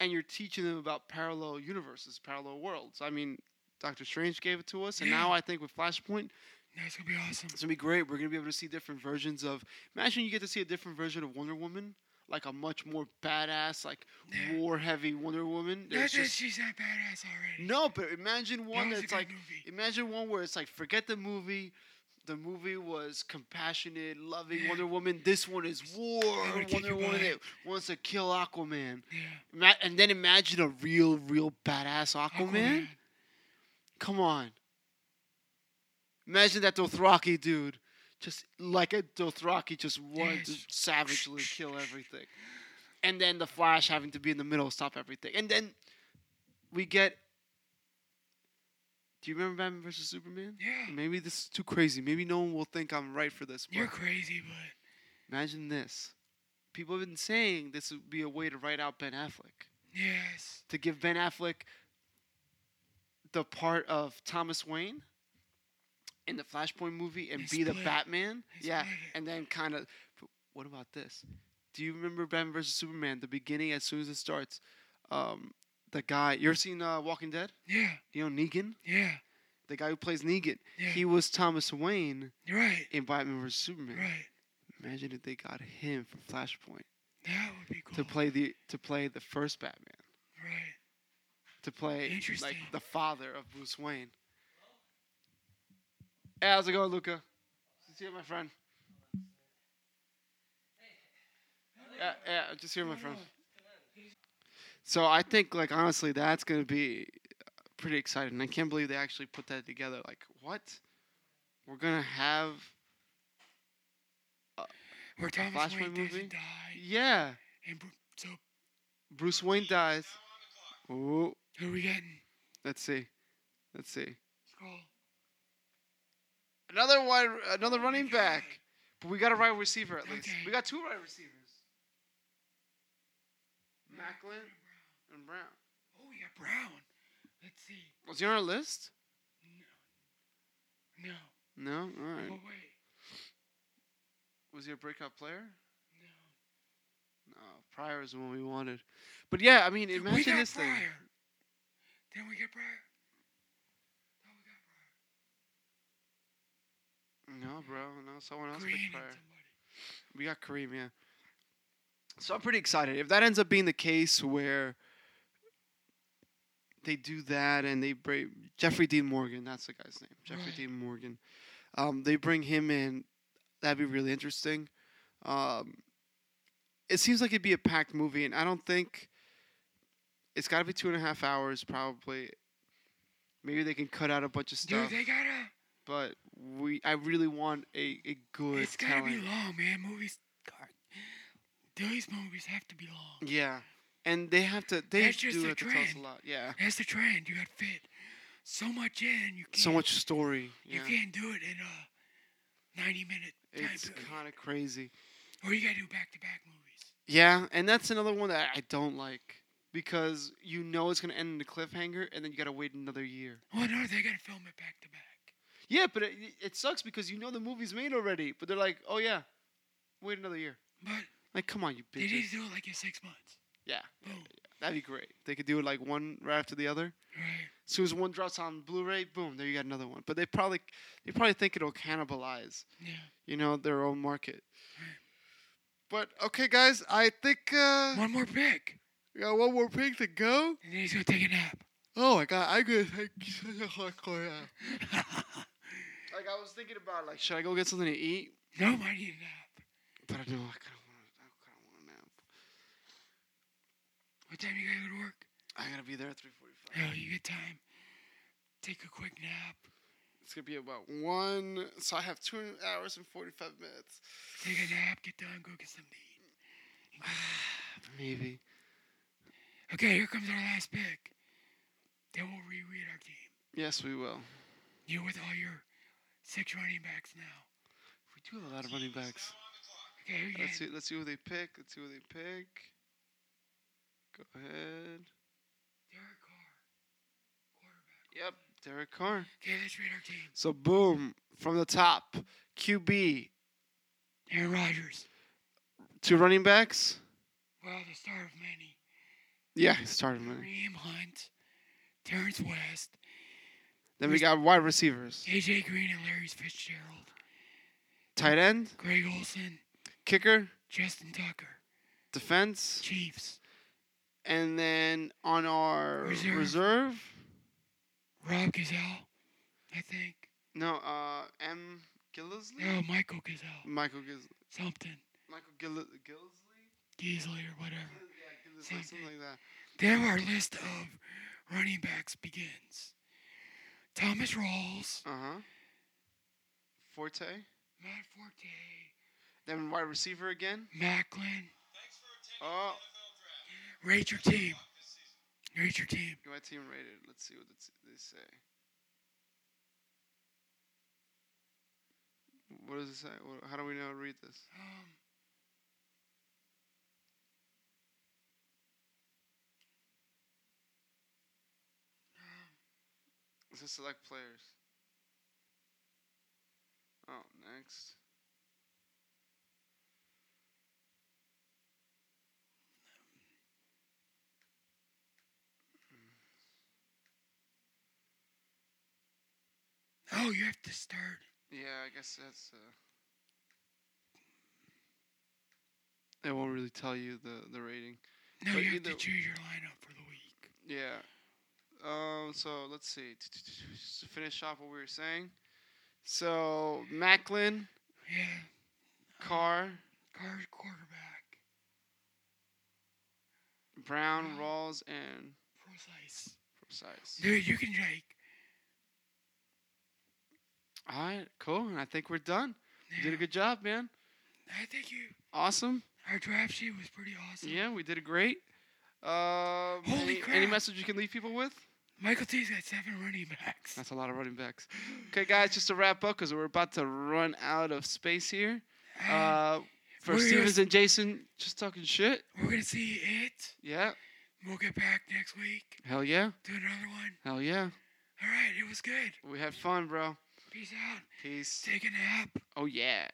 [SPEAKER 2] and you're teaching them about parallel universes, parallel worlds. I mean, Doctor Strange gave it to us, and
[SPEAKER 3] Yeah.
[SPEAKER 2] now I think with Flashpoint,
[SPEAKER 3] That's going to be awesome.
[SPEAKER 2] it's gonna be great. We're gonna be able to see different versions of. Imagine you get to see a different version of Wonder Woman, like a much more badass, like
[SPEAKER 3] Yeah.
[SPEAKER 2] war heavy Wonder Woman.
[SPEAKER 3] Not
[SPEAKER 2] There's
[SPEAKER 3] that
[SPEAKER 2] just
[SPEAKER 3] she's that badass already.
[SPEAKER 2] no, but imagine
[SPEAKER 3] That
[SPEAKER 2] one
[SPEAKER 3] was a
[SPEAKER 2] that's
[SPEAKER 3] good
[SPEAKER 2] like,
[SPEAKER 3] movie.
[SPEAKER 2] imagine one where it's like, forget the movie. The movie was compassionate, loving
[SPEAKER 3] Yeah.
[SPEAKER 2] Wonder Woman. This one is war
[SPEAKER 3] gonna kick
[SPEAKER 2] Wonder
[SPEAKER 3] your
[SPEAKER 2] Woman
[SPEAKER 3] butt.
[SPEAKER 2] that wants to kill Aquaman.
[SPEAKER 3] Yeah.
[SPEAKER 2] Ima- And then imagine a real, real badass Aquaman.
[SPEAKER 3] Aquaman.
[SPEAKER 2] Come on. Imagine that Dothraki dude. Just like a Dothraki just wanted to
[SPEAKER 3] Yes.
[SPEAKER 2] savagely kill everything. And then the Flash having to be in the middle stop everything. And then we get Do you remember Batman versus Superman?
[SPEAKER 3] Yeah.
[SPEAKER 2] Maybe this is too crazy. Maybe no one will think I'm right for this.
[SPEAKER 3] You're
[SPEAKER 2] But
[SPEAKER 3] crazy, but
[SPEAKER 2] imagine this. People have been saying this would be a way to write out Ben Affleck
[SPEAKER 3] yes.
[SPEAKER 2] to give Ben Affleck the part of Thomas Wayne in the Flashpoint movie and
[SPEAKER 3] And
[SPEAKER 2] be the
[SPEAKER 3] split it.
[SPEAKER 2] Batman.
[SPEAKER 3] And
[SPEAKER 2] Yeah,
[SPEAKER 3] split it.
[SPEAKER 2] and then kind of. What about this? Do you remember Batman vs Superman? The beginning, as soon as it starts, um, the guy you ever seen uh, Walking Dead?
[SPEAKER 3] Yeah.
[SPEAKER 2] You know Negan,
[SPEAKER 3] Yeah.
[SPEAKER 2] the guy who plays Negan.
[SPEAKER 3] Yeah.
[SPEAKER 2] He was Thomas Wayne
[SPEAKER 3] You're right.
[SPEAKER 2] in Batman vs Superman.
[SPEAKER 3] Right.
[SPEAKER 2] Imagine if they got him for Flashpoint
[SPEAKER 3] That would be cool.
[SPEAKER 2] to play the to play the first Batman.
[SPEAKER 3] Right.
[SPEAKER 2] to play like
[SPEAKER 3] Interesting.
[SPEAKER 2] the father of Bruce Wayne. Hey, how's it going, Luca? Just here, my friend. Yeah, yeah, just here, my friend. So I think, like, honestly, that's gonna be pretty exciting. I can't believe they actually put that together. Like, what? We're gonna have,
[SPEAKER 3] Where Thomas
[SPEAKER 2] Flash
[SPEAKER 3] Wayne
[SPEAKER 2] Wayne
[SPEAKER 3] doesn't
[SPEAKER 2] movie?
[SPEAKER 3] die.
[SPEAKER 2] yeah,
[SPEAKER 3] And Bru- so
[SPEAKER 2] Bruce Wayne dies. Ooh,
[SPEAKER 3] who are we getting?
[SPEAKER 2] let's see, let's see.
[SPEAKER 3] Scroll.
[SPEAKER 2] Another wide, another
[SPEAKER 3] my
[SPEAKER 2] running back.
[SPEAKER 3] God.
[SPEAKER 2] But we got a right receiver at least.
[SPEAKER 3] Okay.
[SPEAKER 2] We got two right receivers. Macklin and Brown.
[SPEAKER 3] Oh, we got Brown. Let's see.
[SPEAKER 2] Was he on our list?
[SPEAKER 3] No.
[SPEAKER 2] No. All
[SPEAKER 3] Oh,
[SPEAKER 2] right.
[SPEAKER 3] wait.
[SPEAKER 2] Was he a breakout player?
[SPEAKER 3] No.
[SPEAKER 2] No. Pryor is the one we wanted. But yeah, I mean,
[SPEAKER 3] we
[SPEAKER 2] imagine
[SPEAKER 3] got
[SPEAKER 2] this thing.
[SPEAKER 3] Pryor. Then we get Pryor. No, we
[SPEAKER 2] No,
[SPEAKER 3] got Pryor.
[SPEAKER 2] bro. No, someone else
[SPEAKER 3] Green
[SPEAKER 2] picked
[SPEAKER 3] and
[SPEAKER 2] Pryor.
[SPEAKER 3] somebody.
[SPEAKER 2] We got Kareem, yeah. So I'm pretty excited. If that ends up being the case where they do that and they bring Jeffrey Dean Morgan, that's the guy's name, Jeffrey
[SPEAKER 3] Right.
[SPEAKER 2] Dean Morgan. Um, they bring him in. That'd be really interesting. Um, it seems like it'd be a packed movie, and I don't think it's got to be two and a half hours, probably. Maybe they can cut out a bunch of
[SPEAKER 3] Dude,
[SPEAKER 2] stuff,
[SPEAKER 3] they gotta.
[SPEAKER 2] but we I really want a, a good.
[SPEAKER 3] It's gotta be
[SPEAKER 2] telling.
[SPEAKER 3] long, man. Movies. God. These movies have to be long.
[SPEAKER 2] Yeah, and they have to. They
[SPEAKER 3] That's just
[SPEAKER 2] do
[SPEAKER 3] a
[SPEAKER 2] have to tell us a
[SPEAKER 3] trend.
[SPEAKER 2] lot. Yeah,
[SPEAKER 3] That's the trend. You gotta fit so much in. You can't,
[SPEAKER 2] so much story.
[SPEAKER 3] You
[SPEAKER 2] Yeah,
[SPEAKER 3] can't do it in a 90 minute time
[SPEAKER 2] it's
[SPEAKER 3] period.
[SPEAKER 2] kind of crazy.
[SPEAKER 3] or you gotta do back to back movies.
[SPEAKER 2] Yeah, and that's another one that I don't like because you know it's gonna end in a cliffhanger, and then you gotta wait another year.
[SPEAKER 3] Well, no, they gotta film it back to back.
[SPEAKER 2] Yeah, but it, it sucks because you know the movie's made already, but they're like, oh yeah, wait another year.
[SPEAKER 3] But
[SPEAKER 2] Like, come on, you
[SPEAKER 3] they need
[SPEAKER 2] bitches.
[SPEAKER 3] to do it like in six months.
[SPEAKER 2] Yeah,
[SPEAKER 3] Boom.
[SPEAKER 2] that'd be great. They could do it like one right after the other.
[SPEAKER 3] Right.
[SPEAKER 2] As soon as one drops on Blu-ray, boom, there you got another one. But they probably, they probably think it'll cannibalize.
[SPEAKER 3] Yeah.
[SPEAKER 2] you know, their own market. But okay, guys, I think uh,
[SPEAKER 3] One more pick.
[SPEAKER 2] we got one more pick to go.
[SPEAKER 3] And then he's gonna take a nap.
[SPEAKER 2] Oh my god, I could. I like I was thinking about like, should I go get something to eat?
[SPEAKER 3] no, I need a nap.
[SPEAKER 2] But I know I kind of want. I kind of want a nap.
[SPEAKER 3] What time you gotta go to work?
[SPEAKER 2] I gotta be there at three forty-five.
[SPEAKER 3] Hell, you get time. Take a quick nap.
[SPEAKER 2] It's gonna be about one. So I have two hours and forty-five minutes.
[SPEAKER 3] Take a nap. Get done. Go get something to eat.
[SPEAKER 2] Maybe.
[SPEAKER 3] Okay, here comes our last pick. Then we'll reread our team.
[SPEAKER 2] Yes, we will.
[SPEAKER 3] You with all your six running backs now.
[SPEAKER 2] We do have a lot of running backs.
[SPEAKER 3] Okay, here you
[SPEAKER 2] Let's
[SPEAKER 3] go.
[SPEAKER 2] see. Let's see who they pick. Let's see who they pick. Go ahead.
[SPEAKER 3] Derek Carr, quarterback.
[SPEAKER 2] Yep, Derek Carr.
[SPEAKER 3] Okay, let's read our team.
[SPEAKER 2] So boom from the top, QB,
[SPEAKER 3] Aaron Rodgers.
[SPEAKER 2] two running backs.
[SPEAKER 3] Well, the star of many.
[SPEAKER 2] Yeah, he started money.
[SPEAKER 3] Kareem Hunt, Terrence West,
[SPEAKER 2] Then we got wide receivers,
[SPEAKER 3] AJ Green, and Larry Fitzgerald.
[SPEAKER 2] tight end,
[SPEAKER 3] Greg Olson,
[SPEAKER 2] kicker,
[SPEAKER 3] Justin Tucker,
[SPEAKER 2] defense,
[SPEAKER 3] Chiefs,
[SPEAKER 2] and then on our
[SPEAKER 3] Reserve.
[SPEAKER 2] reserve.
[SPEAKER 3] Rob Gazelle, I think.
[SPEAKER 2] no, uh, M. Gillisley,
[SPEAKER 3] No, Michael Gazelle.
[SPEAKER 2] Michael Gis-
[SPEAKER 3] Something.
[SPEAKER 2] Michael Gill- Gillisley,
[SPEAKER 3] Geasley or whatever.
[SPEAKER 2] yeah, Gillisley,
[SPEAKER 3] Something.
[SPEAKER 2] something like that.
[SPEAKER 3] Then our list of running backs begins. Thomas Rawls,
[SPEAKER 2] Uh huh. Forte,
[SPEAKER 3] Matt Forte,
[SPEAKER 2] then wide receiver again.
[SPEAKER 3] Macklin.
[SPEAKER 2] Oh,
[SPEAKER 3] Rate your team. Rate your team.
[SPEAKER 2] my team rated. Let's see what it's, they say. What does it say? Wha- How do we know how to read this?
[SPEAKER 3] Um,
[SPEAKER 2] It says select players. Oh, next.
[SPEAKER 3] oh, you have to start.
[SPEAKER 2] Yeah, I guess that's. Uh, it won't really tell you the, the rating.
[SPEAKER 3] No,
[SPEAKER 2] But
[SPEAKER 3] you have
[SPEAKER 2] either-
[SPEAKER 3] to choose your lineup for the week.
[SPEAKER 2] Yeah. Um. So let's see. Just to finish off what we were saying, So Macklin,
[SPEAKER 3] Yeah.
[SPEAKER 2] Carr,
[SPEAKER 3] Carr's quarterback.
[SPEAKER 2] Brown, Rawls, and
[SPEAKER 3] Precise.
[SPEAKER 2] Precise.
[SPEAKER 3] Dude, you can like.
[SPEAKER 2] All right, cool. And I think we're done. You did
[SPEAKER 3] yeah.
[SPEAKER 2] a good job, man.
[SPEAKER 3] I think you.
[SPEAKER 2] Awesome.
[SPEAKER 3] Our draft sheet was pretty awesome.
[SPEAKER 2] Yeah, we did a great. Um,
[SPEAKER 3] Holy
[SPEAKER 2] any, any
[SPEAKER 3] crap.
[SPEAKER 2] message you can leave people with?
[SPEAKER 3] Michael T's got seven running backs.
[SPEAKER 2] That's a lot of running backs. Okay, guys, just to wrap up because we're about to run out of space here.
[SPEAKER 3] And
[SPEAKER 2] Uh, for
[SPEAKER 3] we're gonna
[SPEAKER 2] Stevens
[SPEAKER 3] s-
[SPEAKER 2] and Jason, just talking shit.
[SPEAKER 3] we're gonna see it.
[SPEAKER 2] Yeah,
[SPEAKER 3] We'll get back next week.
[SPEAKER 2] hell yeah,
[SPEAKER 3] Do another one.
[SPEAKER 2] hell yeah.
[SPEAKER 3] All right. It was good.
[SPEAKER 2] We had fun, bro.
[SPEAKER 3] Peace out.
[SPEAKER 2] Peace.
[SPEAKER 3] Take a nap.
[SPEAKER 2] Oh yeah.